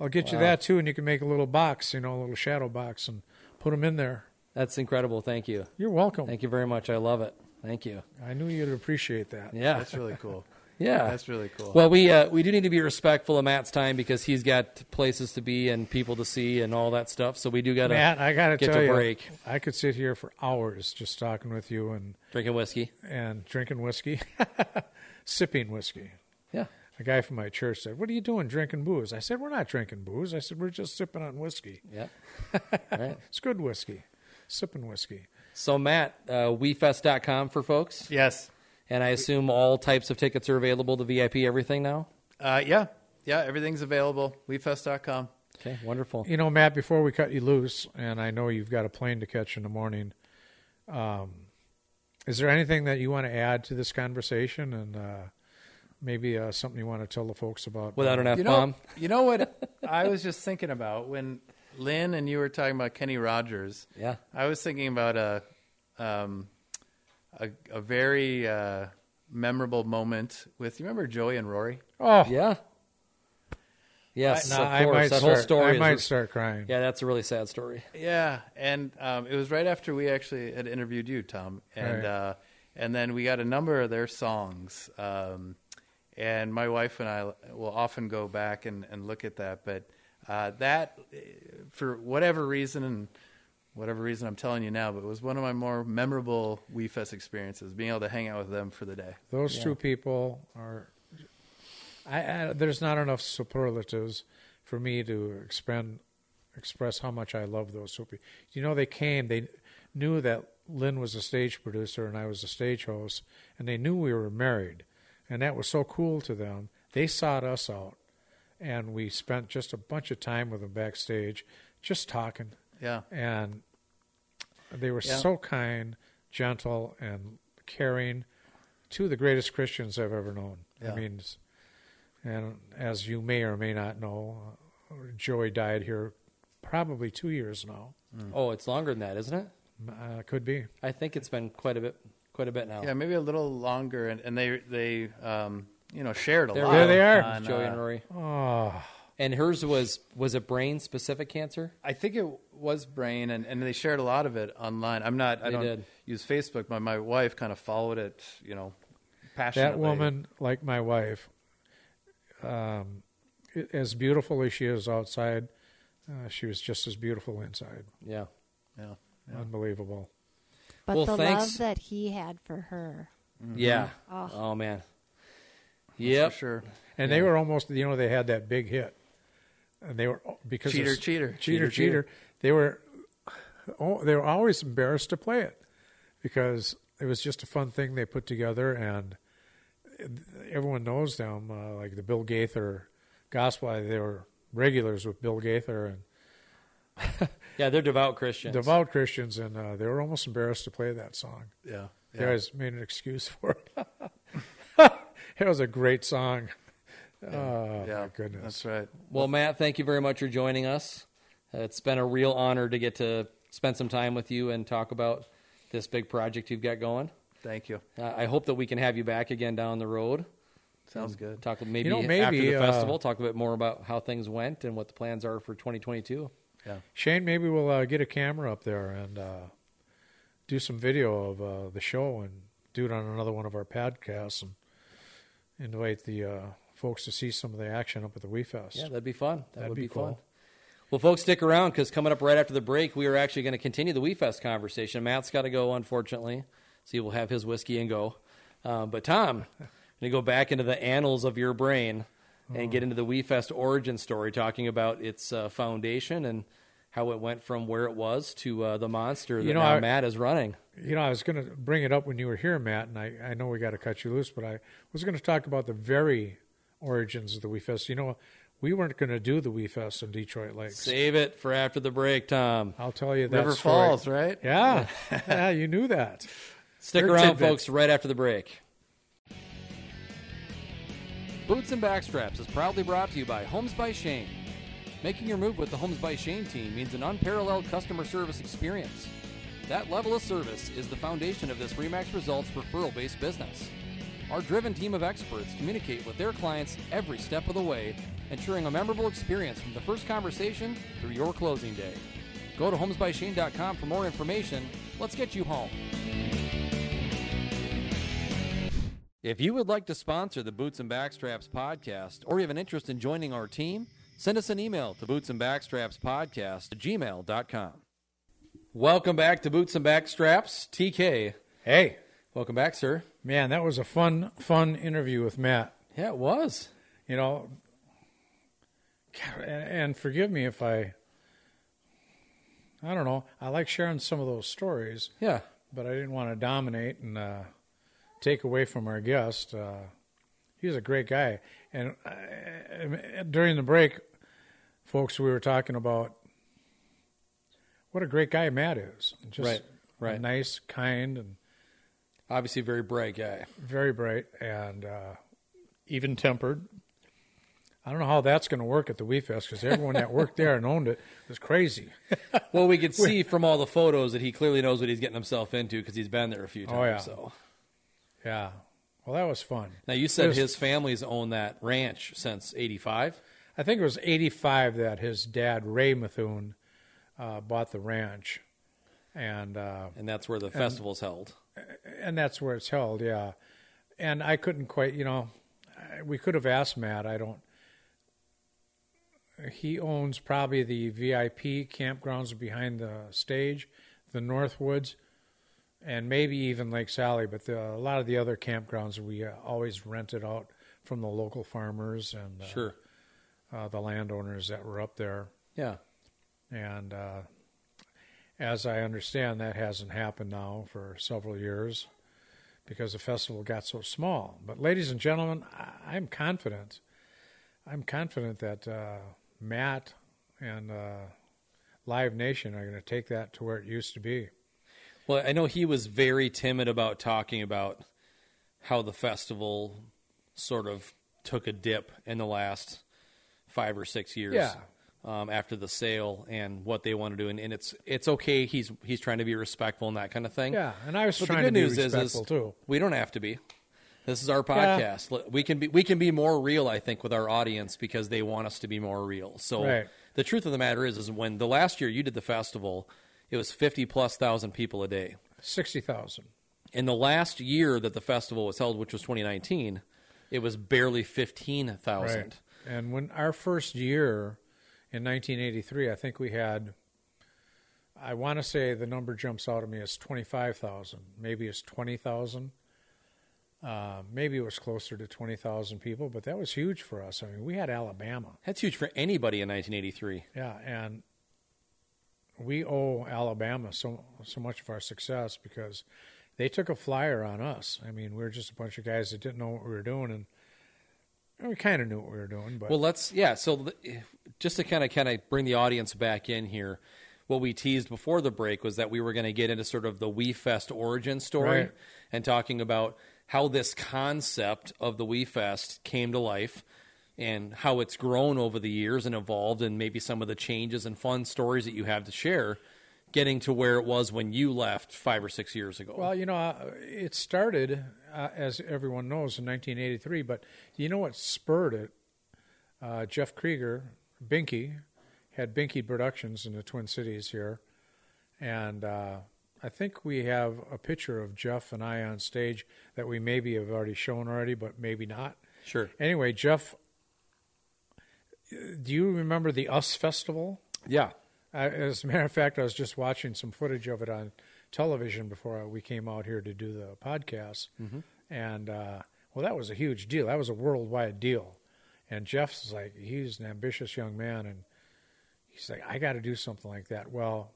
I'll get you that too, and you can make a little box, you know, a little shadow box, and put him in there.
That's incredible. Thank you.
You're welcome.
Thank you very much. I love it. Thank you.
I knew you'd appreciate that.
Yeah.
That's really cool.
yeah.
That's really cool.
Well, we uh, we do need to be respectful of Matt's time because he's got places to be and people to see and all that stuff. So we do got
Matt, I gotta
get
tell
to
you,
break
I could sit here for hours just talking with you and
drinking whiskey.
and drinking whiskey, sipping whiskey.
Yeah.
A guy from my church said, "What are you doing drinking booze?" I said, "We're not drinking booze." I said, "We're just sipping on whiskey.
Yeah. right.
It's good whiskey, sipping whiskey."
So Matt, uh, wefest.com for folks,
yes.
and I assume all types of tickets are available to VIP everything now.
Uh, yeah. Yeah. Everything's available. WeFest.com.
Okay, wonderful.
You know, Matt, before we cut you loose, and I know you've got a plane to catch in the morning. Um, is there anything that you want to add to this conversation, and uh, maybe uh, something you want to tell the folks about?
Without an F
You know,
bomb.
you know what I was just thinking about when Lynn and you were talking about Kenny Rogers.
Yeah.
I was thinking about a um, a, a very uh, memorable moment with you remember Joey and Rory?
oh,
Yeah. Yes,
no,
of
I
course.
might
That
start,
whole story.
I
is-
might start crying.
Yeah, that's a really sad story.
Yeah, and um, it was right after we actually had interviewed you, Tom, and
Right.
uh, and then we got a number of their songs, um, and my wife and I will often go back and, and look at that. But uh, that, eh, for whatever reason, and whatever reason I'm telling you now, but it was one of my more memorable WeFest experiences, being able to hang out with them for the day.
Those two people are. I, I there's not enough superlatives for me to expend, express how much I love those two people. You know, they came. They knew that Lynn was a stage producer and I was a stage host, and they knew we were married, and that was so cool to them. They sought us out, and we spent just a bunch of time with them backstage, just talking,
Yeah,
and they were
Yeah.
so kind, gentle, and caring. Two of the greatest Christians I've ever known. I
Yeah.
mean, s- and as you may or may not know, uh, Joey died here probably two years now.
Oh, it's longer than that, isn't it?
Uh, could be.
I think it's been quite a bit, quite a bit now.
yeah, maybe a little longer, and, and they they um, you know shared a
There
lot.
we go.
they are.
on,
Joey
uh,
and Rory.
Oh,
Ah,
And hers was was it brain specific cancer?
I think it was brain, and, and they shared a lot of it online. I'm not.
They
I don't
did.
use Facebook. My my wife kind of followed it. You know, passionately.
that woman, like my wife, um, i- as beautiful as she is outside, uh, she was just as beautiful inside.
Yeah.
Yeah.
Unbelievable.
But
Well,
the
thanks.
love that he had for her.
Yeah. Oh,
Oh.
man. Yep.
Mm-hmm. Ah. For sure.
And they were almost, you know, they had that big hit, and they were because
Cheater,
it's-
cheater,
cheater, cheater,
cheater, cheater.
They were, oh, they were always embarrassed to play it because it was just a fun thing they put together, and everyone knows them, uh, like the Bill Gaither gospel. They were regulars with Bill Gaither and
Yeah, they're devout Christians.
devout Christians, and uh, they were almost embarrassed to play that song.
Yeah.
They always made an excuse for it. it was a great song. Oh
yeah.
my goodness!
That's right.
Well, Matt, thank you very much for joining us. Uh, It's been a real honor to get to spend some time with you and talk about this big project you've got going.
Thank you.
Uh, I hope that we can have you back again down the road
Sounds good.
Talk maybe,
know,
after
maybe,
the
uh,
festival. Talk a bit more about how things went and what the plans are for 2022.
Yeah.
Shane, maybe we'll uh, get a camera up there and uh, do some video of uh, the show and do it on another one of our podcasts and invite the uh, folks to see some of the action up at the WeFest.
Yeah, that'd be fun. That
That'd
would
be
be, fun.
cool.
Well, folks, stick around because coming up right after the break, we are actually going to continue the WeFest conversation. Matt's got to go, unfortunately, so he will have his whiskey and go. Uh, but Tom, I'm going to go back into the annals of your brain and
Oh.
get into the WeFest origin story, talking about its uh, foundation and how it went from where it was to uh, the monster that
You know,
now
I-
Matt is running.
You know, I was going to bring it up when you were here, Matt, and I, I know we got to cut you loose, but I was going to talk about the very origins of the WeFest. You know, we weren't going to do the WeFest in Detroit Lakes.
Save it for after the break, Tom.
I'll tell you that
River
story.
Falls, right?
Yeah, yeah, you knew that.
Stick
Your
around,
tidbit.
folks, right after the break. Boots and Backstraps is proudly brought to you by Homes by Shane. Making your move with the Homes by Shane team means an unparalleled customer service experience. That level of service is the foundation of this Remax Results referral based business. Our driven team of experts communicate with their clients every step of the way, ensuring a memorable experience from the first conversation through your closing day. Go to homesbyshane.com for more information. Let's get you home. If you would like to sponsor the Boots and Backstraps podcast or you have an interest in joining our team, send us an email to boots and backstraps podcast at gmail.com. Welcome back to Boots and Backstraps. TK,
Hey,
welcome back, sir.
man, that was a fun, fun interview with Matt.
Yeah, it was.
you know God, and, and forgive me if i i don't know i like sharing some of those stories
Yeah.
but i didn't want to dominate and uh, take away from our guest uh, he's a great guy and uh, during the break folks we were talking about what a great guy matt is just
Right, right.
nice kind and
Obviously, a very bright guy.
very bright and uh, even tempered. I don't know how that's going to work at the WeFest because everyone that worked there and owned it was crazy.
Well, we could see from all the photos that he clearly knows what he's getting himself into because he's been there a few times.
Oh, yeah.
So
Yeah. Well, that was fun.
now you said
There's-
his family's owned that ranch since '85.
I think it was 85 that his dad, Ray Methune, uh, bought the ranch. And uh,
and that's where the festival's held.
and that's where it's held, yeah. And I couldn't quite, you know, I- we could have asked Matt. I don't. He owns probably the VIP campgrounds behind the stage, the Northwoods, and maybe even Lake Sally. But the, a lot of the other campgrounds we uh, always rented out from the local farmers and uh,
Sure.
uh, the landowners that were up there.
Yeah.
And uh, as I understand, that hasn't happened now for several years because the festival got so small. But, ladies and gentlemen, I- I'm confident. I'm confident that uh, Matt and uh, Live Nation are going to take that to where it used to be.
Well, I know he was very timid about talking about how the festival sort of took a dip in the last five or six years.
Yeah.
Um, after the sale and what they want to do, and, and it's it's okay. He's he's trying to be respectful and that kind of thing.
Yeah, and I was
But the
trying
good
to be
news is, is
respectful too.
we don't have to be. This is our
Yeah.
podcast. Let- We can be we can be more real, I think, with our audience because they want us to be more real. So
Right.
the truth of the matter is, is when the last year you did the festival, it was fifty plus thousand people a day.
60,000.
In the last year that the festival was held, which was 2019, it was barely fifteen thousand.
Right. And when our first year in 1983, I think we had, I want to say the number jumps out at me as 25,000, maybe it's 20,000. Uh, maybe it was closer to 20,000 people, but that was huge for us. I mean, we had Alabama.
That's huge for anybody in 1983.
Yeah. And we owe Alabama so, so much of our success because they took a flyer on us. I mean, we were just a bunch of guys that didn't know what we were doing and we kind of knew what we were doing, but
Well, let's yeah. So th- just to kind of kind of bring the audience back in here, what we teased before the break was that we were going to get into sort of the WeFest origin story
Right.
and talking about how this concept of the WeFest came to life and how it's grown over the years and evolved and maybe some of the changes and fun stories that you have to share getting to where it was when you left five or six years ago.
Well, you know, uh, it started, uh, as everyone knows, in 1983. But you know what spurred it? Uh, Jeff Krieger, Binky, had Binky Productions in the Twin Cities here, and uh, I think we have a picture of Jeff and I on stage that we maybe have already shown already, but maybe not.
sure.
Anyway, Jeff, do you remember the Us Festival?
Yeah.
I, as a matter of fact, I was just watching some footage of it on television before we came out here to do the podcast, and uh, well, that was a huge deal. That was a worldwide deal, and Jeff's like he's an ambitious young man, and he's like, I got to do something like that. Well,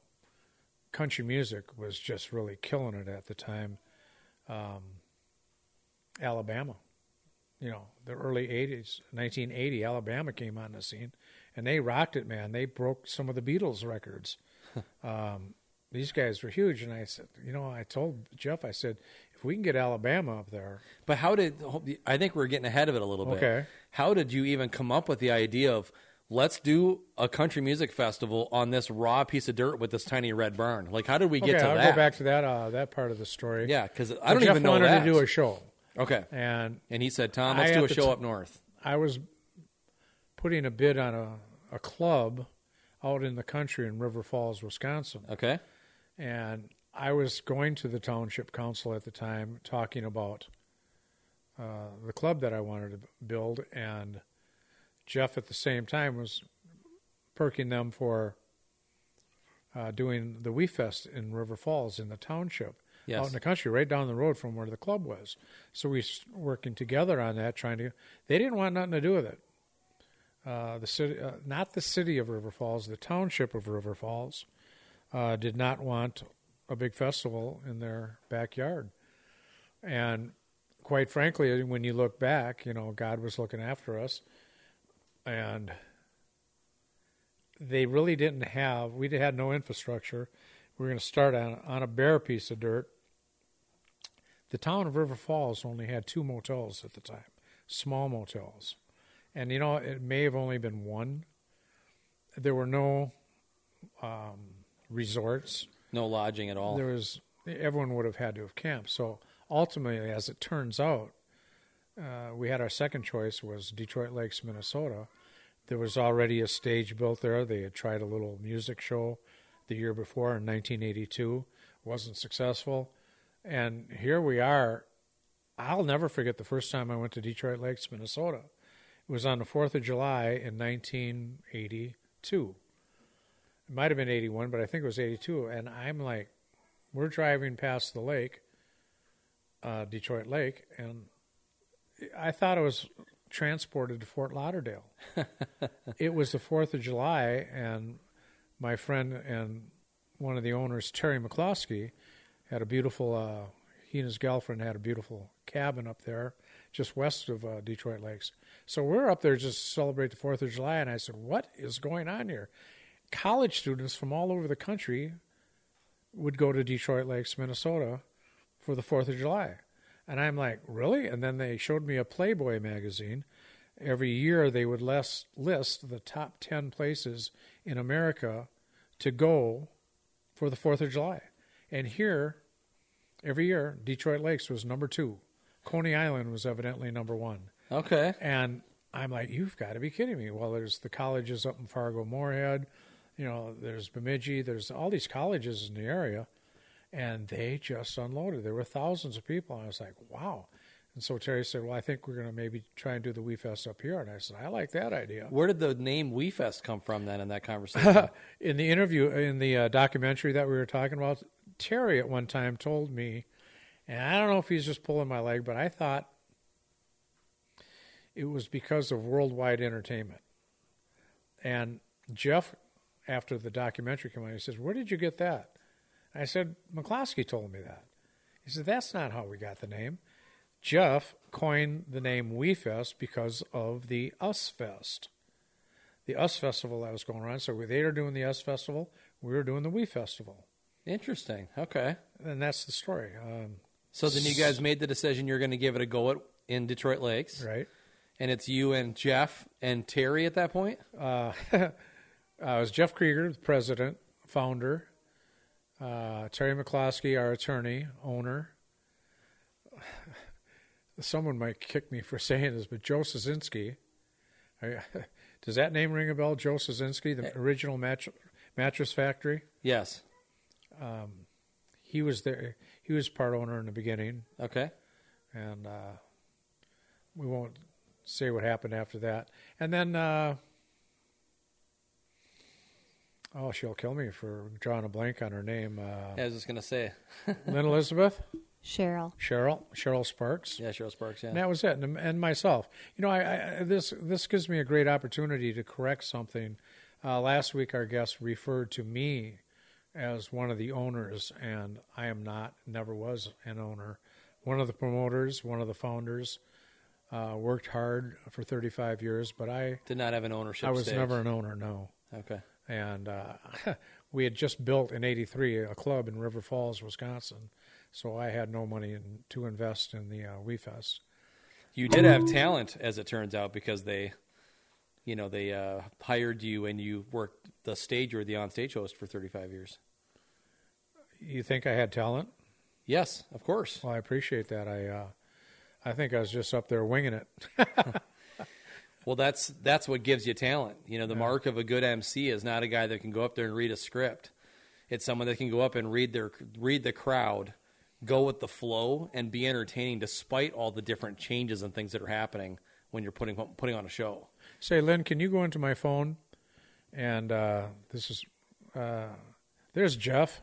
country music was just really killing it at the time. Um, Alabama, you know, the early 80s, 1980, Alabama came on the scene and they rocked it, man. They broke some of the Beatles records. um, these guys were huge. And I said, you know, I told Jeff, I said, if we can get Alabama up there,
But how did I think we're getting ahead of it a little bit?
Okay.
How did you even come up with the idea of let's do a country music festival on this raw piece of dirt with this tiny red barn? Like, how did we get
okay,
to
I'll
that?
go back to that uh, that part of the story.
yeah, because I
But
don't
Jeff
even know
wanted
that.
to do a show,
okay.
and
And he said, Tom,
I
let's do
at
a
the
show
ti-
up north.
I was putting a bid on a, a club out in the country in River Falls, Wisconsin.
Okay.
and I was going to the township council at the time talking about uh, the club that I wanted to b- build, and Jeff at the same time was perking them for uh, doing the Wee Fest in River Falls in the township,
Yes.
out in the country, right down the road from where the club was. So we s- working together on that, trying to. They didn't want nothing to do with it. Uh, the city, uh, not the city of River Falls, the township of River Falls, uh, did not want a big festival in their backyard. And quite frankly, when you look back, you know, God was looking after us. And they really didn't have, we had no infrastructure. We were going to start on, on a bare piece of dirt. The town of River Falls only had two motels at the time, small motels. And, you know, it may have only been one. There were no um, resorts
No lodging at all.
there was everyone would have had to have camped. So ultimately, as it turns out, uh, we had our second choice was Detroit Lakes, Minnesota. There was already a stage built there. They had tried a little music show the year before in 1982, wasn't successful, and here we are. I'll never forget the first time I went to Detroit Lakes, Minnesota. It was on the 4th of July in 1982. It might have been 81, but I think it was 82. And I'm like, we're driving past the lake, uh, Detroit Lake, and I thought I was transported to Fort Lauderdale. it was the 4th of July, and my friend and one of the owners, Terry McCloskey, had a beautiful, uh, he and his girlfriend had a beautiful cabin up there just west of uh, Detroit Lakes. So we're up there just to celebrate the 4th of July, and I said, What is going on here? College students from all over the country would go to Detroit Lakes, Minnesota for the 4th of July. And I'm like, really? And then they showed me a Playboy magazine. Every year they would list, list the top 10 places in America to go for the 4th of July. And here, every year, Detroit Lakes was number two. Coney Island was evidently number one.
okay.
And I'm like, you've got to be kidding me. Well, there's the colleges up in Fargo Moorhead, you know, there's Bemidji, there's all these colleges in the area. And they just unloaded. There were thousands of people. And I was like, wow. And so Terry said, well, I think we're going to maybe try and do the Wee Fest up here. And I said, I like that idea.
Where did the name WeFest come from then in that conversation?
In the interview, in the uh, documentary that we were talking about, Terry at one time told me, and I don't know if he's just pulling my leg, but I thought it was because of worldwide entertainment. And Jeff, after the documentary came out, he says, Where did you get that? I said, McCloskey told me that. He said, That's not how we got the name. Jeff coined the name WeFest because of the Us Fest, the Us Festival that was going on. So they were doing the Us Festival, we were doing the We Festival.
Interesting. Okay.
And that's the story, um,
So then you guys made the decision you're going to give it a go at in Detroit Lakes,
right?
and it's you and Jeff and Terry at that point.
Uh, uh, it was Jeff Krieger, the president, founder, uh, Terry McCloskey, our attorney, owner. Someone might kick me for saying this, but Joe Sazinski. I- Does that name ring a bell? Joe Sazinski, the original match, mattress factory.
Yes.
He was there. He was part owner in the beginning,
Okay.
and uh, we won't say what happened after that. And then, uh, oh, she'll kill me for drawing a blank on her name. Uh,
I was just gonna say.
Lynn Elizabeth.
Cheryl.
Cheryl, Cheryl Sparks.
Yeah, Cheryl Sparks. Yeah.
And that was it, and, and myself. You know, I, I this this gives me a great opportunity to correct something. Uh, last week, our guest referred to me as one of the owners, and I am not, never was an owner. One of the promoters, one of the founders, uh, worked hard for 35 years, but I
Did not have an ownership.
I was
stake.
never an owner. No,
Okay.
and uh, we had just built in '83 a club in River Falls, Wisconsin. So I had no money in, to invest in the uh, WeFest.
You did have talent, as it turns out, because they, you know, they uh, hired you and you worked the stage or the on-stage host for 35 years.
You think I had talent?
Yes, of course.
Well, I appreciate that. I uh, I think I was just up there winging it.
Well, that's that's what gives you talent. You know, the mark of a good MC is not a guy that can go up there and read a script. It's someone that can go up and read their read the crowd, go with the flow, and be entertaining despite all the different changes and things that are happening when you're putting putting on a show.
Say, Lynn, can you go into my phone? And uh, this is uh, there's Jeff.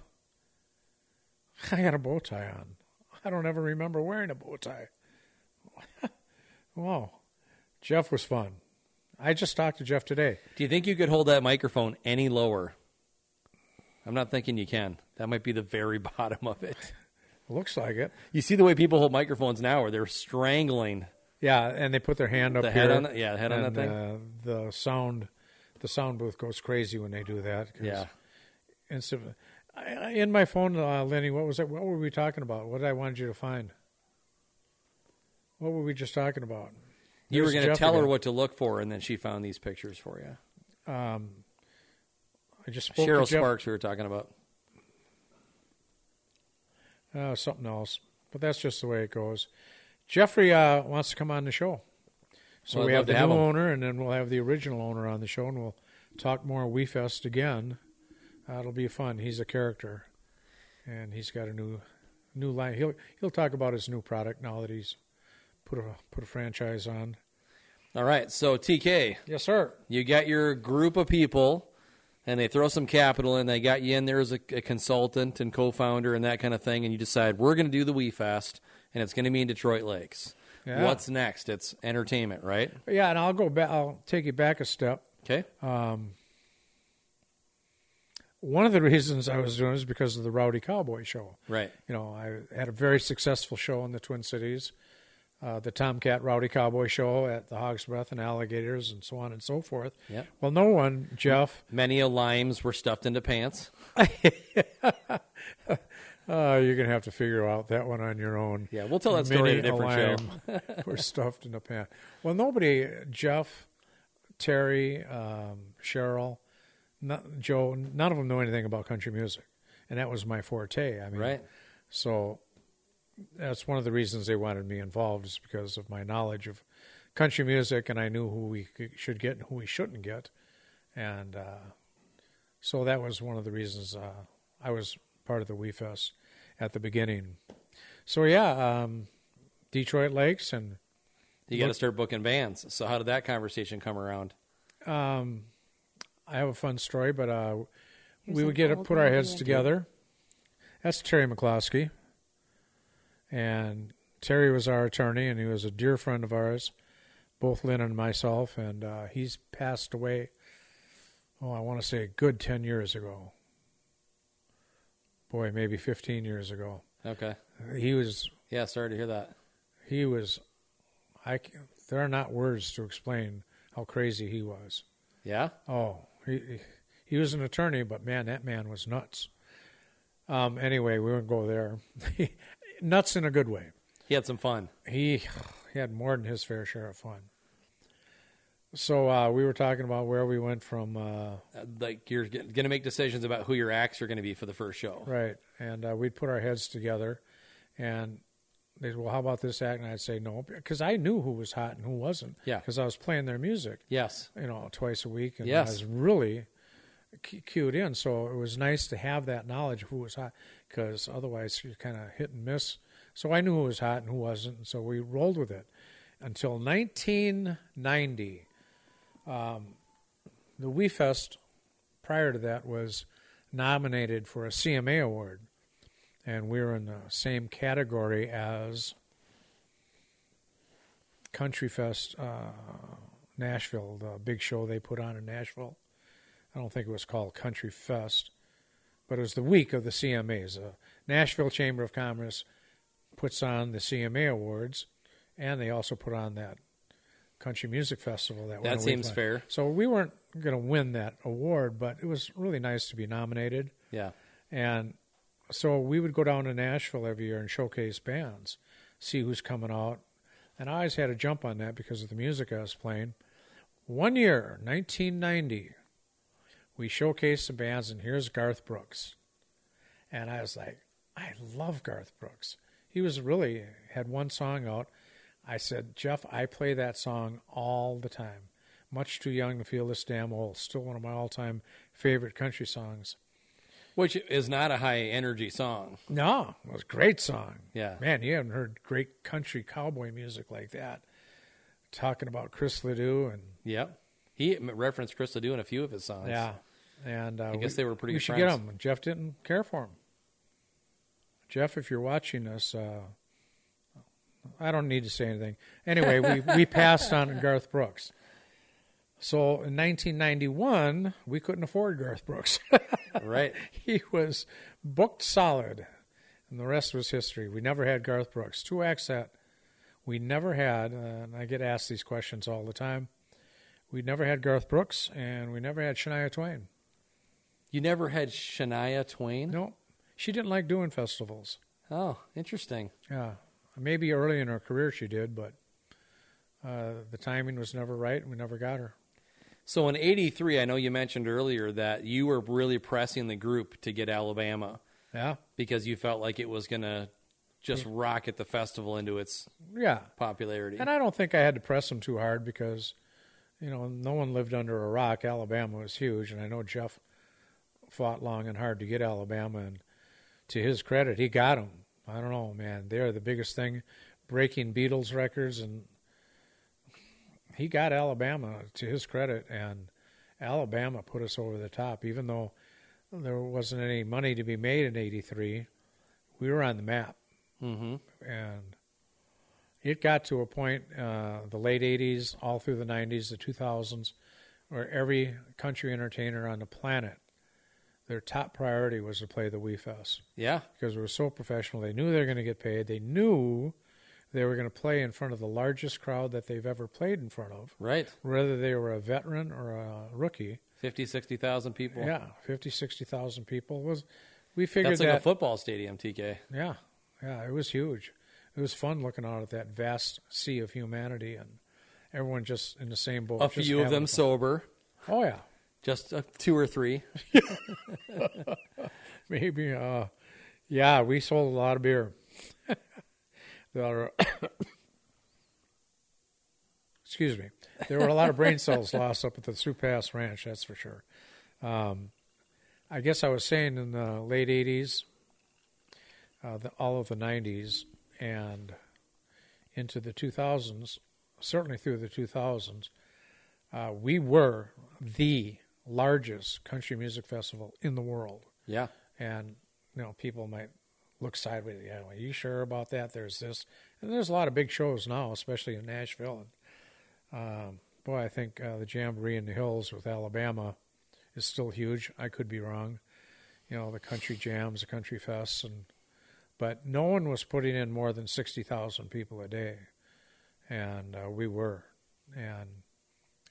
I had a bow tie on. I don't ever remember wearing a bow tie. wow, Jeff was fun. I just talked to Jeff today.
Do you think you could hold that microphone any lower? I'm not thinking you can. That might be the very bottom of it.
Looks like it.
You see the way people hold microphones now, where they're strangling.
Yeah, and they put their hand up
The head
here.
on the- yeah, the head on that
and,
thing.
Uh, the sound, the sound booth goes crazy when they do that. 'cause
Yeah.
instantly. I, I- in my phone, uh, Lenny, what was it? What were we talking about? What did I wanted you to find? What were we just talking about?
You were
There's
going to
Jeff
tell her
again.
what to look for, and then she found these pictures for you.
I just spoke
Cheryl
to Jeff,
Sparks, we were talking about.
Uh, something else, but that's just the way it goes. Jeffrey uh, wants to come on the show, so
Well, I'd
we
love
have
to
the
have
new
him.
owner, and then we'll have the original owner on the show, and we'll talk more WeFest again. Uh, it'll be fun. He's a character, and he's got a new new line. He'll he'll talk about his new product now that he's put a put a franchise on.
All right, so TK,
Yes, sir.
you got your group of people, and they throw some capital in. They got you in there as a, a consultant and co-founder and that kind of thing, and you decide we're going to do the Wii Fest, and it's going to be in Detroit Lakes.
Yeah.
What's next? It's entertainment, right?
Yeah, and I'll go back. I'll take you back a step.
Okay.
One of the reasons I was doing it is because of the Rowdy Cowboy show.
Right.
You know, I had a very successful show in the Twin Cities, uh, the Tomcat Rowdy Cowboy show at the Hog's Breath and Alligators and so on and so forth.
Yep.
Well, no one, Jeff,
Many a limes were stuffed into pants.
uh, you're going to have to figure out that one on your own.
Yeah, we'll tell that story at a different
show. we're stuffed in a pan. Well, nobody, Jeff, Terry, um, Cheryl, no- Joe, none of them know anything about country music. And that was my forte. I mean,
Right.
So that's one of the reasons they wanted me involved is because of my knowledge of country music, and I knew who we c- should get and who we shouldn't get, and uh, so that was one of the reasons uh, I was part of the WeFest at the beginning. So yeah, um, Detroit Lakes, and
You got to start booking bands. So how did that conversation come around?
I have a fun story, but uh,
Here's
we
an
would get
old
put our
lady
heads
idea.
together. That's Terry McCloskey, and Terry was our attorney, and he was a dear friend of ours, both Lynn and myself, and uh, he's passed away. Oh, I want to say a good ten years ago. Boy, maybe fifteen years ago.
Okay.
He was
Yeah, sorry to hear that.
he was. I c- there are not words to explain how crazy he was.
Yeah?
Oh, he he was an attorney, but man, that man was nuts. Um, anyway, we won't go there. nuts in a good way.
He had some fun.
He, he had more than his fair share of fun. So uh, we were talking about where we went from, uh,
Uh, like you're going to make decisions about who your acts are going to be for the first show.
right? And uh, we'd put our heads together, and they'd well, how about this act? And I'd say no, because I knew who was hot and who wasn't.
Yeah.
because I was playing their music,
Yes.
you know, twice a week, and
Yes.
I was really cu- cued in. So it was nice to have that knowledge of who was hot, because otherwise you're kind of hit and miss. So I knew who was hot and who wasn't, and so we rolled with it until 1990. Um, the WeFest prior to that was nominated for a CMA award, and we were in the same category as Country Fest uh, Nashville, the big show they put on in Nashville. I don't think it was called Country Fest, but it was the week of the CMAs. The Nashville Chamber of Commerce puts on the CMA awards, and they also put on that country music festival. That,
That
went a week
seems
later.
fair.
So we weren't going to win that award, but it was really nice to be nominated.
Yeah.
And so we would go down to Nashville every year and showcase bands, see who's coming out. And I always had a jump on that because of the music I was playing. One year, 1990, we showcased some bands, and here's Garth Brooks. And I was like, I love Garth Brooks. He was really had one song out. I said, Jeff, I play that song all the time. Much too young to feel this damn old. Still one of my all time favorite country songs.
Which is not a high energy song.
No, it was a great song.
Yeah.
Man, you haven't heard great country cowboy music like that. Talking about Chris Ledoux and
Yep. He referenced Chris Ledoux in a few of his songs.
yeah, and uh, I
guess they were pretty
We
good
should
friends.
get him. Jeff didn't care for him. Jeff, if you're watching us, uh, I don't need to say anything. Anyway, we we passed on Garth Brooks. So in 1991, we couldn't afford Garth Brooks.
Right.
he was booked solid, and the rest was history. We never had Garth Brooks. Two acts that we never had, uh, and I get asked these questions all the time. We never had Garth Brooks, and we never had Shania Twain.
You never had Shania Twain?
No, she didn't like doing festivals.
Oh, interesting.
Yeah, maybe early in her career she did, but uh, the timing was never right, and we never got her.
So in 83, I know you mentioned earlier that you were really pressing the group to get Alabama
Yeah,
because you felt like it was going to just rocket the festival into its
yeah.
popularity.
And I don't think I had to press them too hard because, you know, no one lived under a rock. Alabama was huge, and I know Jeff fought long and hard to get Alabama, and to his credit, he got them. I don't know, man. They're the biggest thing, breaking Beatles records, and he got Alabama to his credit, and Alabama put us over the top. Even though there wasn't any money to be made in '83, we were on the map,
hmm
and it got to a point uh, the late 80s all through the 90s the 2000s where every country entertainer on the planet their top priority was to play the Wii Fest
Yeah.
because we were so professional they knew they were going to get paid they knew they were going to play in front of the largest crowd that they've ever played in front of
Right.
whether they were a veteran or a rookie
50, 60,000 people.
yeah 50 60,000 people was we figured
That's like
that
a football stadium, TK.
Yeah, yeah, it was huge. It was fun looking out at that vast sea of humanity and everyone just in the same boat.
A
just
few of
having
them
fun.
sober,
Oh yeah,
just uh, two or three.
maybe. Uh, yeah, we sold a lot of beer. there are, excuse me. There were a lot of brain cells lost up at the Sioux Pass Ranch. That's for sure. Um, I guess I was saying in the late '80s, uh, the, all of the '90s, and into the 2000s, certainly through the 2000s, uh, we were the largest country music festival in the world
Yeah.
and you know people might look sideways yeah well, are you sure about that there's this and there's a lot of big shows now especially in nashville and um, boy i think uh, the jamboree in the hills with alabama is still huge i could be wrong you know the country jams the country fests and but no one was putting in more than 60,000 people a day and uh, we were and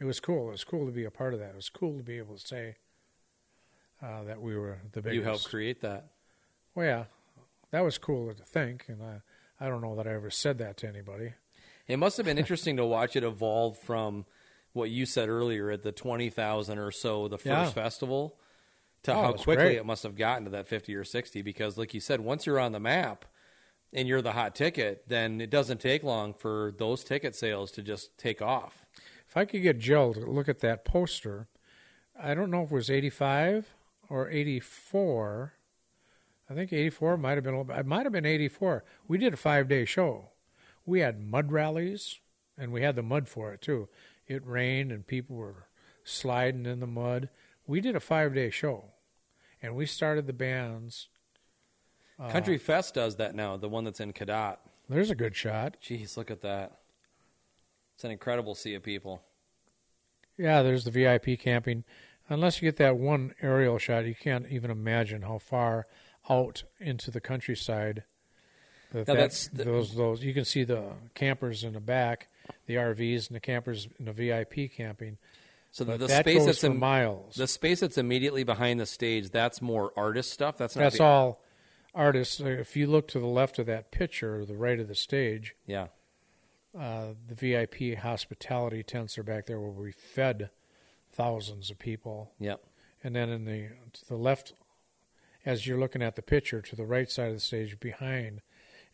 it was cool it was cool to be a part of that it was cool to be able to say uh, that we were the biggest
You helped create that.
well, yeah, that was cool to think, and I, I don't know that I ever said that to anybody.
It must have been interesting to watch it evolve from what you said earlier at the 20,000 or so the first
Yeah.
festival to
Oh,
how
it's
quickly
great.
it must have gotten to that 50 or 60 because like you said once you're on the map and you're the hot ticket then it doesn't take long for those ticket sales to just take off.
If I could get Jill to look at that poster, I don't know if it was 85 or 84. I think 84 might have been a little bit, it might have been 84. We did a five day show. We had mud rallies and we had the mud for it too. It rained and people were sliding in the mud. We did a five day show and we started the bands. Uh.
Country Fest does that now, the one that's in Cadott.
There's a good shot.
Jeez, look at that. It's an incredible sea of people.
Yeah, there's the VIP camping. Unless you get that one aerial shot, you can't even imagine how far out into the countryside. That,
Yeah,
that-
that's the-
those those you can see the campers in the back, the RVs and the campers in the VIP camping.
So the,
But
the
that
space
goes
that's
for
in,
miles.
the space that's immediately behind the stage, that's more artist stuff. That's not
That's
the-
all artists. uh, If you look to the left of that picture, or the right of the stage,
Yeah.
uh, the VIP hospitality tents are back there where we fed thousands of people.
Yep.
and then in the to the left, as you're looking at the picture, to the right side of the stage behind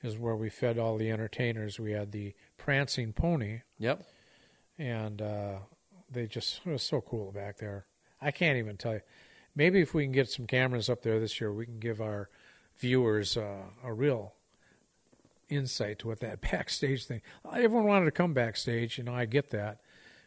is where we fed all the entertainers. We had the prancing pony,
Yep.
and uh, they just it was so cool back there. I can't even tell you. Maybe if we can get some cameras up there this year, we can give our viewers uh, a real insight to what that backstage thing. Everyone wanted to come backstage, you know. I get that,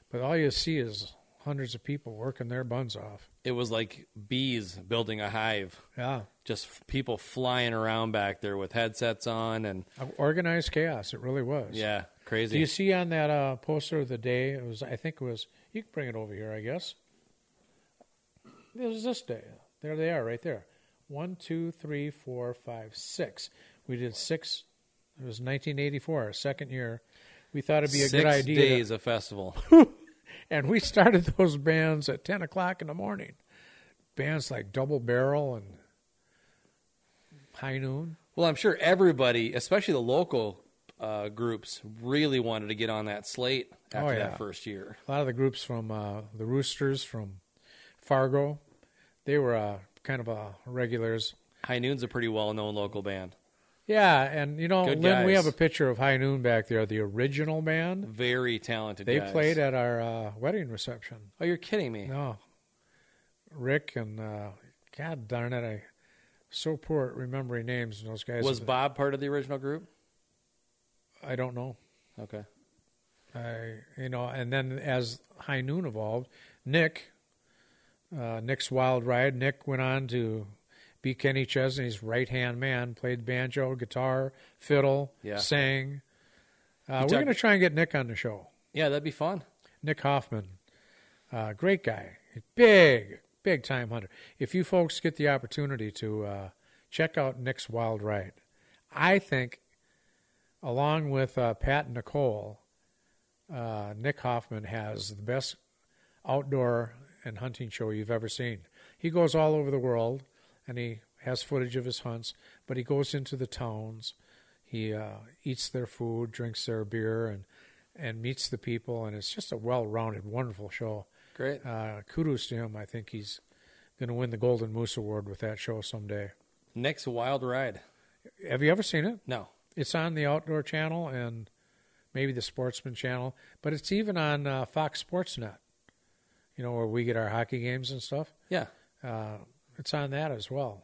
but all you see is hundreds of people working their buns off.
It was like bees building a hive.
Yeah.
Just f- people flying around back there with headsets on and
organized chaos. It really was.
yeah,
Do you
crazy.
see on that uh, poster of the day? It was. I think it was. You can bring it over here. I guess. It was this day. There they are, right there. One, two, three, four, five, six. We did six. It was 1984, our second year. We thought it'd be a
Six
good idea,
days of festival.
and we started those bands at 10 o'clock in the morning. Bands like Double Barrel and High Noon.
Well, I'm sure everybody, especially the local uh, groups, really wanted to get on that slate after
Oh, yeah.
that first year.
a lot of the groups from uh, the Roosters from Fargo, they were uh, kind of uh, regulars.
High Noon's a pretty well-known local band.
Yeah, and you know,
Good
Lynn, we
guys.
have a picture of High Noon back there, the original band.
Very talented.
They
guys.
played at our uh, wedding reception.
Oh, you're kidding me!
No, Rick and uh, God darn it, I so poor at remembering names. And those guys
Was Bob part of the original group?
I don't know.
Okay.
I you know, and then as High Noon evolved, Nick, uh, Nick's Wild Ride, Nick went on to be Kenny Chesney's right hand man, played banjo, guitar, fiddle,
Yeah.
sang. Uh, we're
talk-
going to try and get Nick on the show.
Yeah, that'd be fun.
Nick Hoffman, uh, great guy, big, big time hunter. If you folks get the opportunity to uh, check out Nick's Wild Ride, I think, along with uh, Pat and Nicole, uh, Nick Hoffman has the best outdoor and hunting show you've ever seen. He goes all over the world and he has footage of his hunts, but he goes into the towns. He uh, eats their food, drinks their beer, and and meets the people. And it's just a well-rounded, wonderful show.
Great.
Uh, kudos to him. I think he's going to win the Golden Moose Award with that show someday.
Nick's Wild Ride.
Have you ever seen it?
No.
It's on the Outdoor Channel and maybe the Sportsman Channel, but it's even on uh, Fox Sports Net. You know where we get our hockey games and stuff.
Yeah.
Uh, it's on that as well.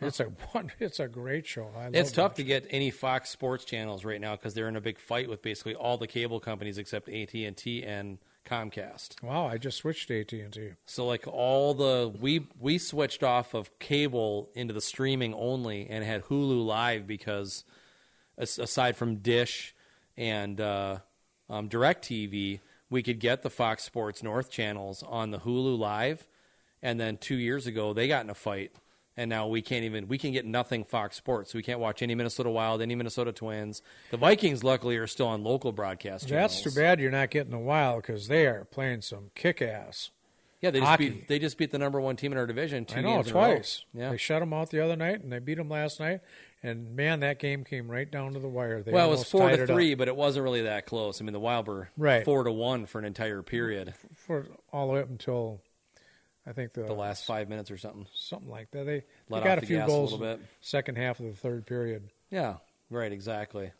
It's a one. It's a great show. I love
It's tough
that.
to get any Fox Sports channels right now because they're in a big fight with basically all the cable companies except AT and T and Comcast.
Wow! I just switched to AT and T.
So like all the we we switched off of cable into the streaming only and had Hulu Live because as, aside from Dish and uh, um, Directv, we could get the Fox Sports North channels on the Hulu Live. And then two years ago, they got in a fight, and now we can't even we can get nothing Fox Sports. So we can't watch any Minnesota Wild, any Minnesota Twins. The Vikings, luckily, are still on local broadcast.
That's
channels.
too bad you're not getting the wild because they are playing some kick ass.
Yeah, they just
Hockey.
beat they just beat the number one team in our division two
I know
games in a row.
twice.
Yeah,
They shut them out the other night, and they beat them last night. And man, that game came right down to the wire. They
well, it was
almost
four
tied
to
it up
three, but it wasn't really that close. I mean, the Wild were
Right.
four to one for an entire period,
for all the way up until I think the,
the last five minutes or something.
something like that. They, they
Let
got
off
a
the
few
gas a
goals
little
in
bit.
second half of the third period.
Yeah, right, exactly.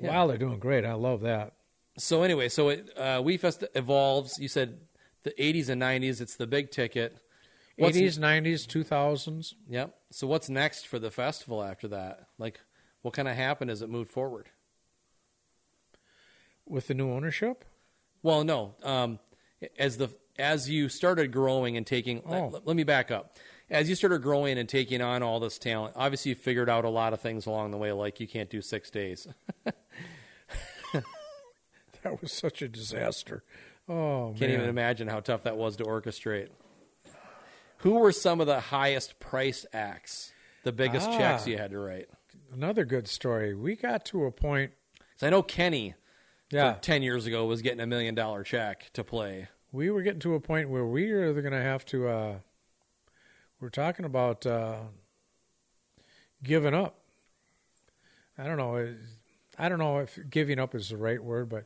Yeah.
Wow, they're doing great. I love that.
So anyway, so it uh, WeFest evolves. You said the '80s and '90s. It's the big ticket. What's-
Eighties, nineties, two thousands.
Yep. So what's next for the festival after that? Like, what kind of happened as it moved forward?
with the new ownership.
Well, no. Um, as the as you started growing and taking,
Oh.
let, let me back up. As you started growing and taking on all this talent, obviously you figured out a lot of things along the way, like you can't do six days.
That was such a disaster. Oh
Can't
man,
even imagine how tough that was to orchestrate. Who were some of the highest priced acts? The biggest
Ah.
checks you had to write?
another good story. We got to a point.
'Cause I know Kenny,
Yeah,
ten years ago, was getting a million dollar check to play.
we were getting to a point where we are going to have to. Uh, we're talking about uh, giving up. I don't know. it- I don't know if giving up is the right word, but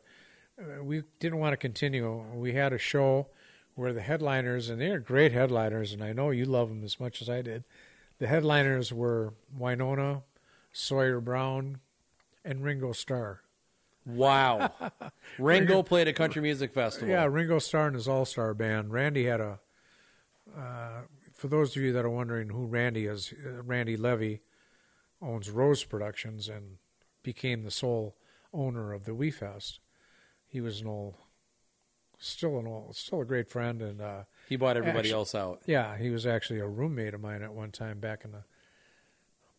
uh, we didn't want to continue. We had a show where the headliners, and they are great headliners, and I know you love them as much as I did. The headliners were Winona, Sawyer Brown, and Ringo Starr.
Wow. Ringo played a country music festival.
Yeah, Ringo Starr and his All Star Band. Randy had a. Uh, for those of you that are wondering who Randy is, uh, Randy Levy owns Rose Productions and became the sole owner of the WeFest. He was an old, still an old, still a great friend, and uh,
He bought everybody
Actu-
else out.
yeah, he was actually a roommate of mine at one time back in the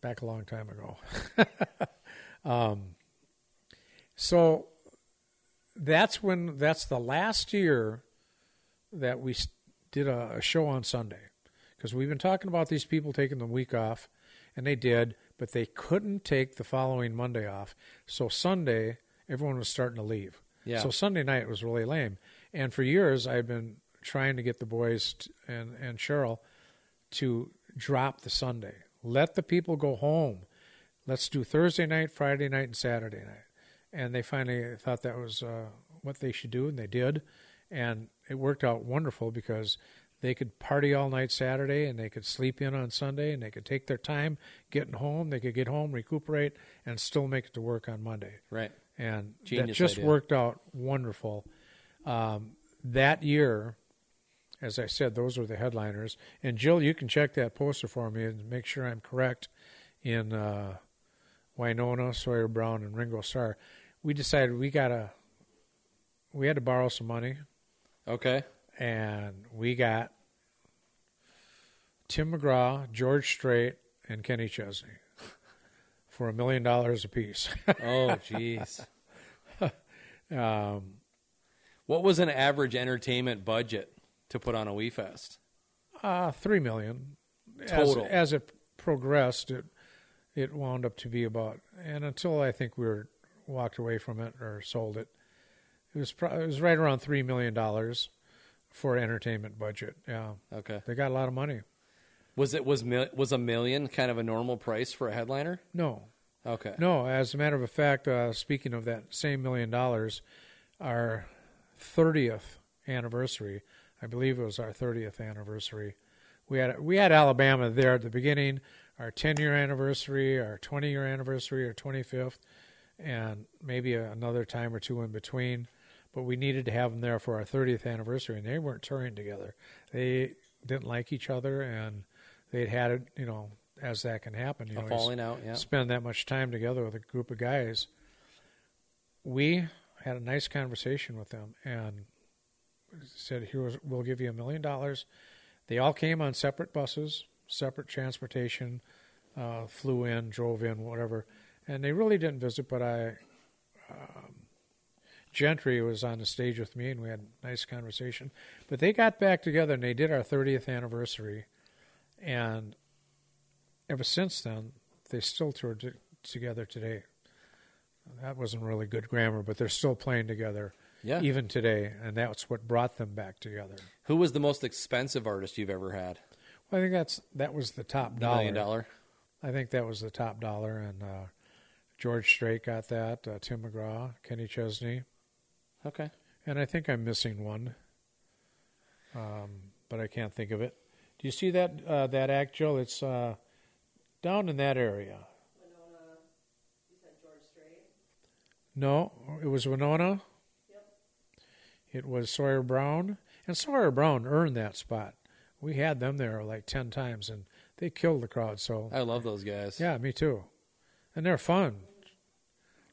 back a long time ago. um, so that's when that's the last year that we s- did a, a show on Sunday because we've been talking about these people taking the week off, and they did, but they couldn't take the following Monday off. So Sunday, everyone was starting to leave.
Yeah.
So Sunday night was really lame. And for years, I've been trying to get the boys t- and and Cheryl to drop the Sunday. Let the people go home. Let's do Thursday night, Friday night, and Saturday night. And they finally thought that was uh, what they should do, and they did. And it worked out wonderful because they could party all night Saturday, and they could sleep in on Sunday, and they could take their time getting home. They could get home, recuperate, and still make it to work on Monday
Right.
and that
Genius
just
idea.
worked out wonderful. Um, that year, as I said, those were the headliners. And Jill, you can check that poster for me and make sure I'm correct in uh, Winona, Sawyer Brown, and Ringo Starr. We decided we gotta we had to borrow some money,
Okay.
and we got Tim McGraw, George Strait, and Kenny Chesney for a million dollars apiece.
Oh, jeez. um, what was an average entertainment budget to put on a Wii Fest?
Uh, three million As-
Total.
As, it progressed, it it wound up to be about, and until I think we were walked away from it or sold it, it was pro- it was right around three million dollars for entertainment budget. Yeah,
Okay.
they got a lot of money.
Was it was mil- was a million kind of a normal price for a headliner?
No,
Okay.
no. As a matter of fact, uh, speaking of that same million dollars, our thirtieth anniversary, I believe it was our thirtieth anniversary. We had we had Alabama there at the beginning, our ten year anniversary, our twenty year anniversary, our twenty fifth, and maybe another time or two in between. But we needed to have them there for our thirtieth anniversary, and they weren't touring together. They didn't like each other, and they'd had it, you know, as that can happen. You
A
know, you
falling out, yeah.
Spend that much time together with a group of guys. We had a nice conversation with them, and said, "Here, we'll give you a million dollars." They all came on separate buses, separate transportation, uh, flew in, drove in, whatever, and they really didn't visit. But I, um, Gentry was on the stage with me, and we had a nice conversation. But they got back together, and they did our 30th anniversary, and ever since then, they still toured t- together today. That wasn't really good grammar, but they're still playing together
Yeah.
even today, and that's what brought them back together.
Who was the most expensive artist you've ever had?
Well, I think that's that was the top dollar.
Million dollar.
I think that was the top dollar, and uh, George Strait got that. Uh, Tim McGraw, Kenny Chesney,
Okay.
and I think I'm missing one, um, but I can't think of it. Do you see that uh, that act, Joe? It's uh, down in that area. No, it was Winona. It was Sawyer Brown, and Sawyer Brown earned that spot. We had them there like ten times, and they killed the crowd. So
I love those guys.
yeah, me too. And they're fun.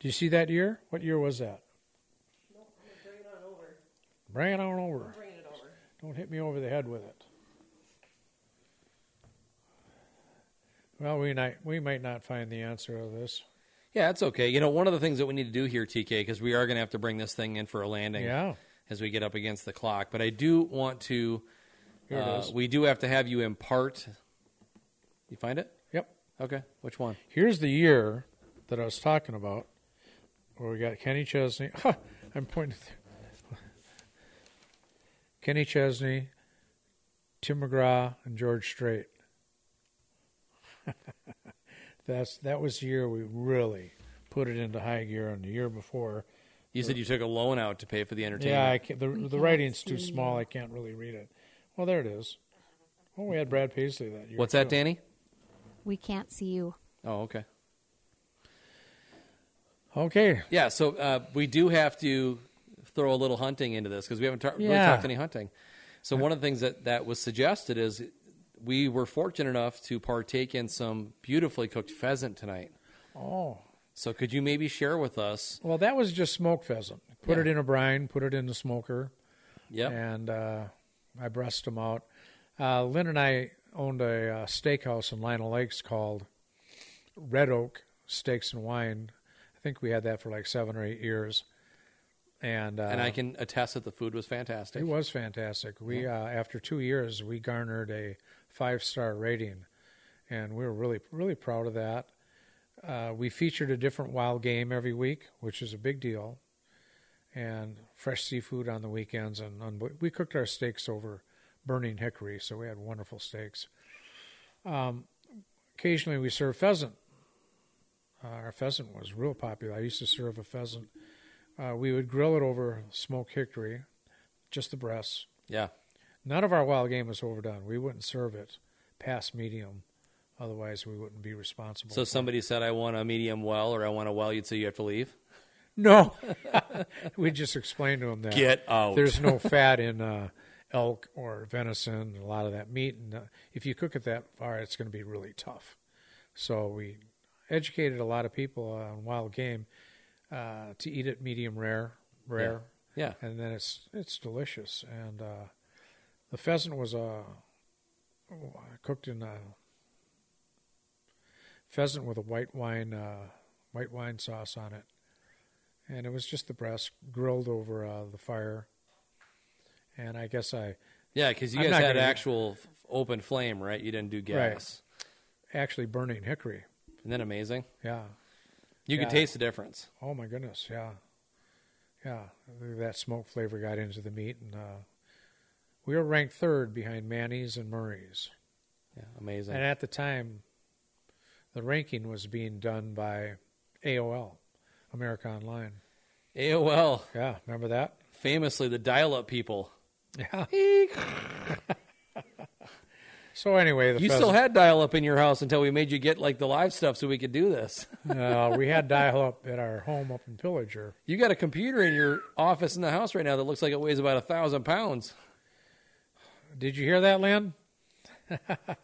Do you see that year? What year was that? Bring it on over. Bring it on over. Don't hit me over the head with it. Well, we might we might not find the answer of this.
Yeah, it's okay. You know, one of the things that we need to do here, TK, because we are going to have to bring this thing in for a landing
Yeah,
as we get up against the clock. But I do want to.
here
uh,
it is.
We do have to have you impart. You find it?
Yep.
Okay. Which one?
Here's the year that I was talking about, where we got Kenny Chesney. I'm pointing. Kenny Chesney, Tim McGraw, and George Strait. That's that was the year we really put it into high gear, and the year before,
You said you took a loan out to pay for the entertainment.
yeah, I can't, the the writing's too small. I can't really read it. Well, there it is. Well, we had Brad Paisley that year.
What's that,
too.
Danny?
We can't see you.
Oh, okay.
Okay,
Yeah, so uh, we do have to throw a little hunting into this because we haven't ta- really
Yeah.
talked any hunting. So one of the things that, that was suggested is we were fortunate enough to partake in some beautifully cooked pheasant tonight.
oh.
So could you maybe share with us?
Well, that was just smoked pheasant. Put
Yeah.
it in a brine, put it in the smoker,
Yep.
and uh, I breast them out. Uh, Lynn and I owned a uh, steakhouse in Lionel Lakes called Red Oak Steaks and Wine. I think we had that for like seven or eight years. And, uh,
and I can attest that the food was fantastic.
it was fantastic. We uh, after two years, we garnered a five star rating, and we were really really proud of that. Uh, we featured a different wild game every week, which is a big deal, and fresh seafood on the weekends. And unbe- we cooked our steaks over burning hickory, so we had wonderful steaks. Um, occasionally, we served pheasant. Uh, our pheasant was real popular. I used to serve a pheasant. Uh, we would grill it over smoked hickory, just the breasts.
Yeah.
None of our wild game was overdone. We wouldn't serve it past medium, otherwise we wouldn't be responsible.
So
for it.
somebody said, I want a medium well or I want a well, you'd say you have to leave?
no, we just explained to them that
Get out.
There's no fat in uh, elk or venison, a lot of that meat, and uh, if you cook it that far, it's going to be really tough. So we educated a lot of people on wild game uh, to eat it medium rare, rare.
Yeah.
and then it's it's delicious. And uh, the pheasant was uh, cooked in uh pheasant with a white wine uh, white wine sauce on it, and it was just the breast grilled over uh, the fire. And I guess I
Yeah, because you
I'm
guys
not
had
gonna-
actual f- open flame, right? You didn't do
Right.
gas.
actually burning hickory.
Isn't that amazing?
Yeah.
You
Yeah.
could taste the difference.
Oh my goodness. Yeah. Yeah. That smoke flavor got into the meat, and uh, we were ranked third behind Manny's and Murray's.
Yeah, amazing.
And at the time, the ranking was being done by AOL, America Online.
AOL,
Yeah, remember that?
famously the dial-up people.
Yeah.
You
So anyway, the
still
pheasant-
had dial-up in your house until we made you get like the live stuff so we could do this.
No, Uh, we had dial up at our home up in Pillager.
You got a computer in your office in the house right now that looks like it weighs about a thousand pounds.
Did you hear that, Lynn?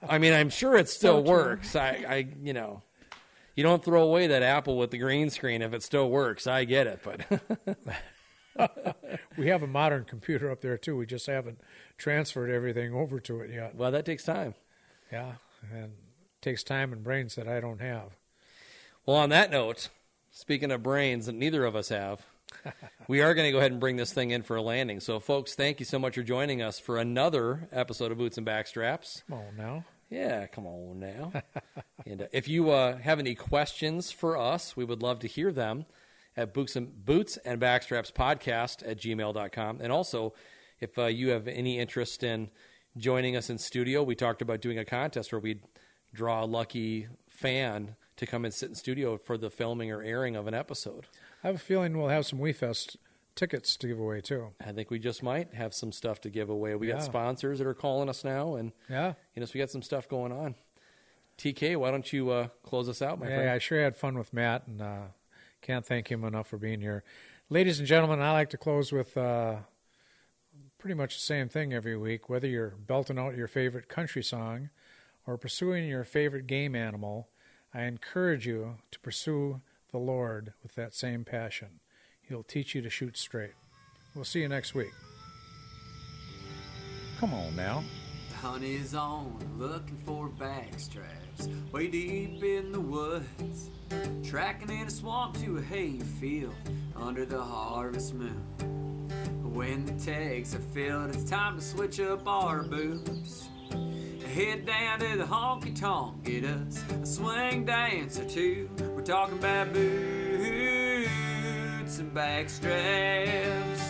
I mean, I'm sure it still works. I, I, you know, you don't throw away that Apple with the green screen if it still works. I get it, but
We have a modern computer up there too. We just haven't transferred everything over to it yet.
well, that takes time.
Yeah, and it takes time and brains that I don't have.
Well, on that note, speaking of brains that neither of us have, we are going to go ahead and bring this thing in for a landing. So, folks, thank you so much for joining us for another episode of Boots and Backstraps.
Come on now.
Yeah, come on now. and uh, if you uh, have any questions for us, we would love to hear them. at boots and, boots and backstraps podcast at gmail.com. And also, if uh, you have any interest in joining us in studio, we talked about doing a contest where we'd draw a lucky fan to come and sit in studio for the filming or airing of an episode.
I have a feeling we'll have some WeFest tickets to give away too.
I think we just might have some stuff to give away. We
Yeah.
got sponsors that are calling us now, and
Yeah.
you know, so we got some stuff going on. TK, why don't you uh, close us out, my
Hey, I
friend?
sure had fun with Matt, and uh, can't thank him enough for being here. Ladies and gentlemen, I like to close with uh, pretty much the same thing every week. Whether you're belting out your favorite country song or pursuing your favorite game animal, I encourage you to pursue the Lord with that same passion. He'll teach you to shoot straight. We'll see you next week. Come on now.
The hunt is on, looking for backstraps. Way deep in the woods, tracking in a swamp to a hayfield under the harvest moon. When the tags are filled, it's time to switch up our boots. Head down to the honky tonk, get us a swing dance or two. We're talking about boots and backstraps.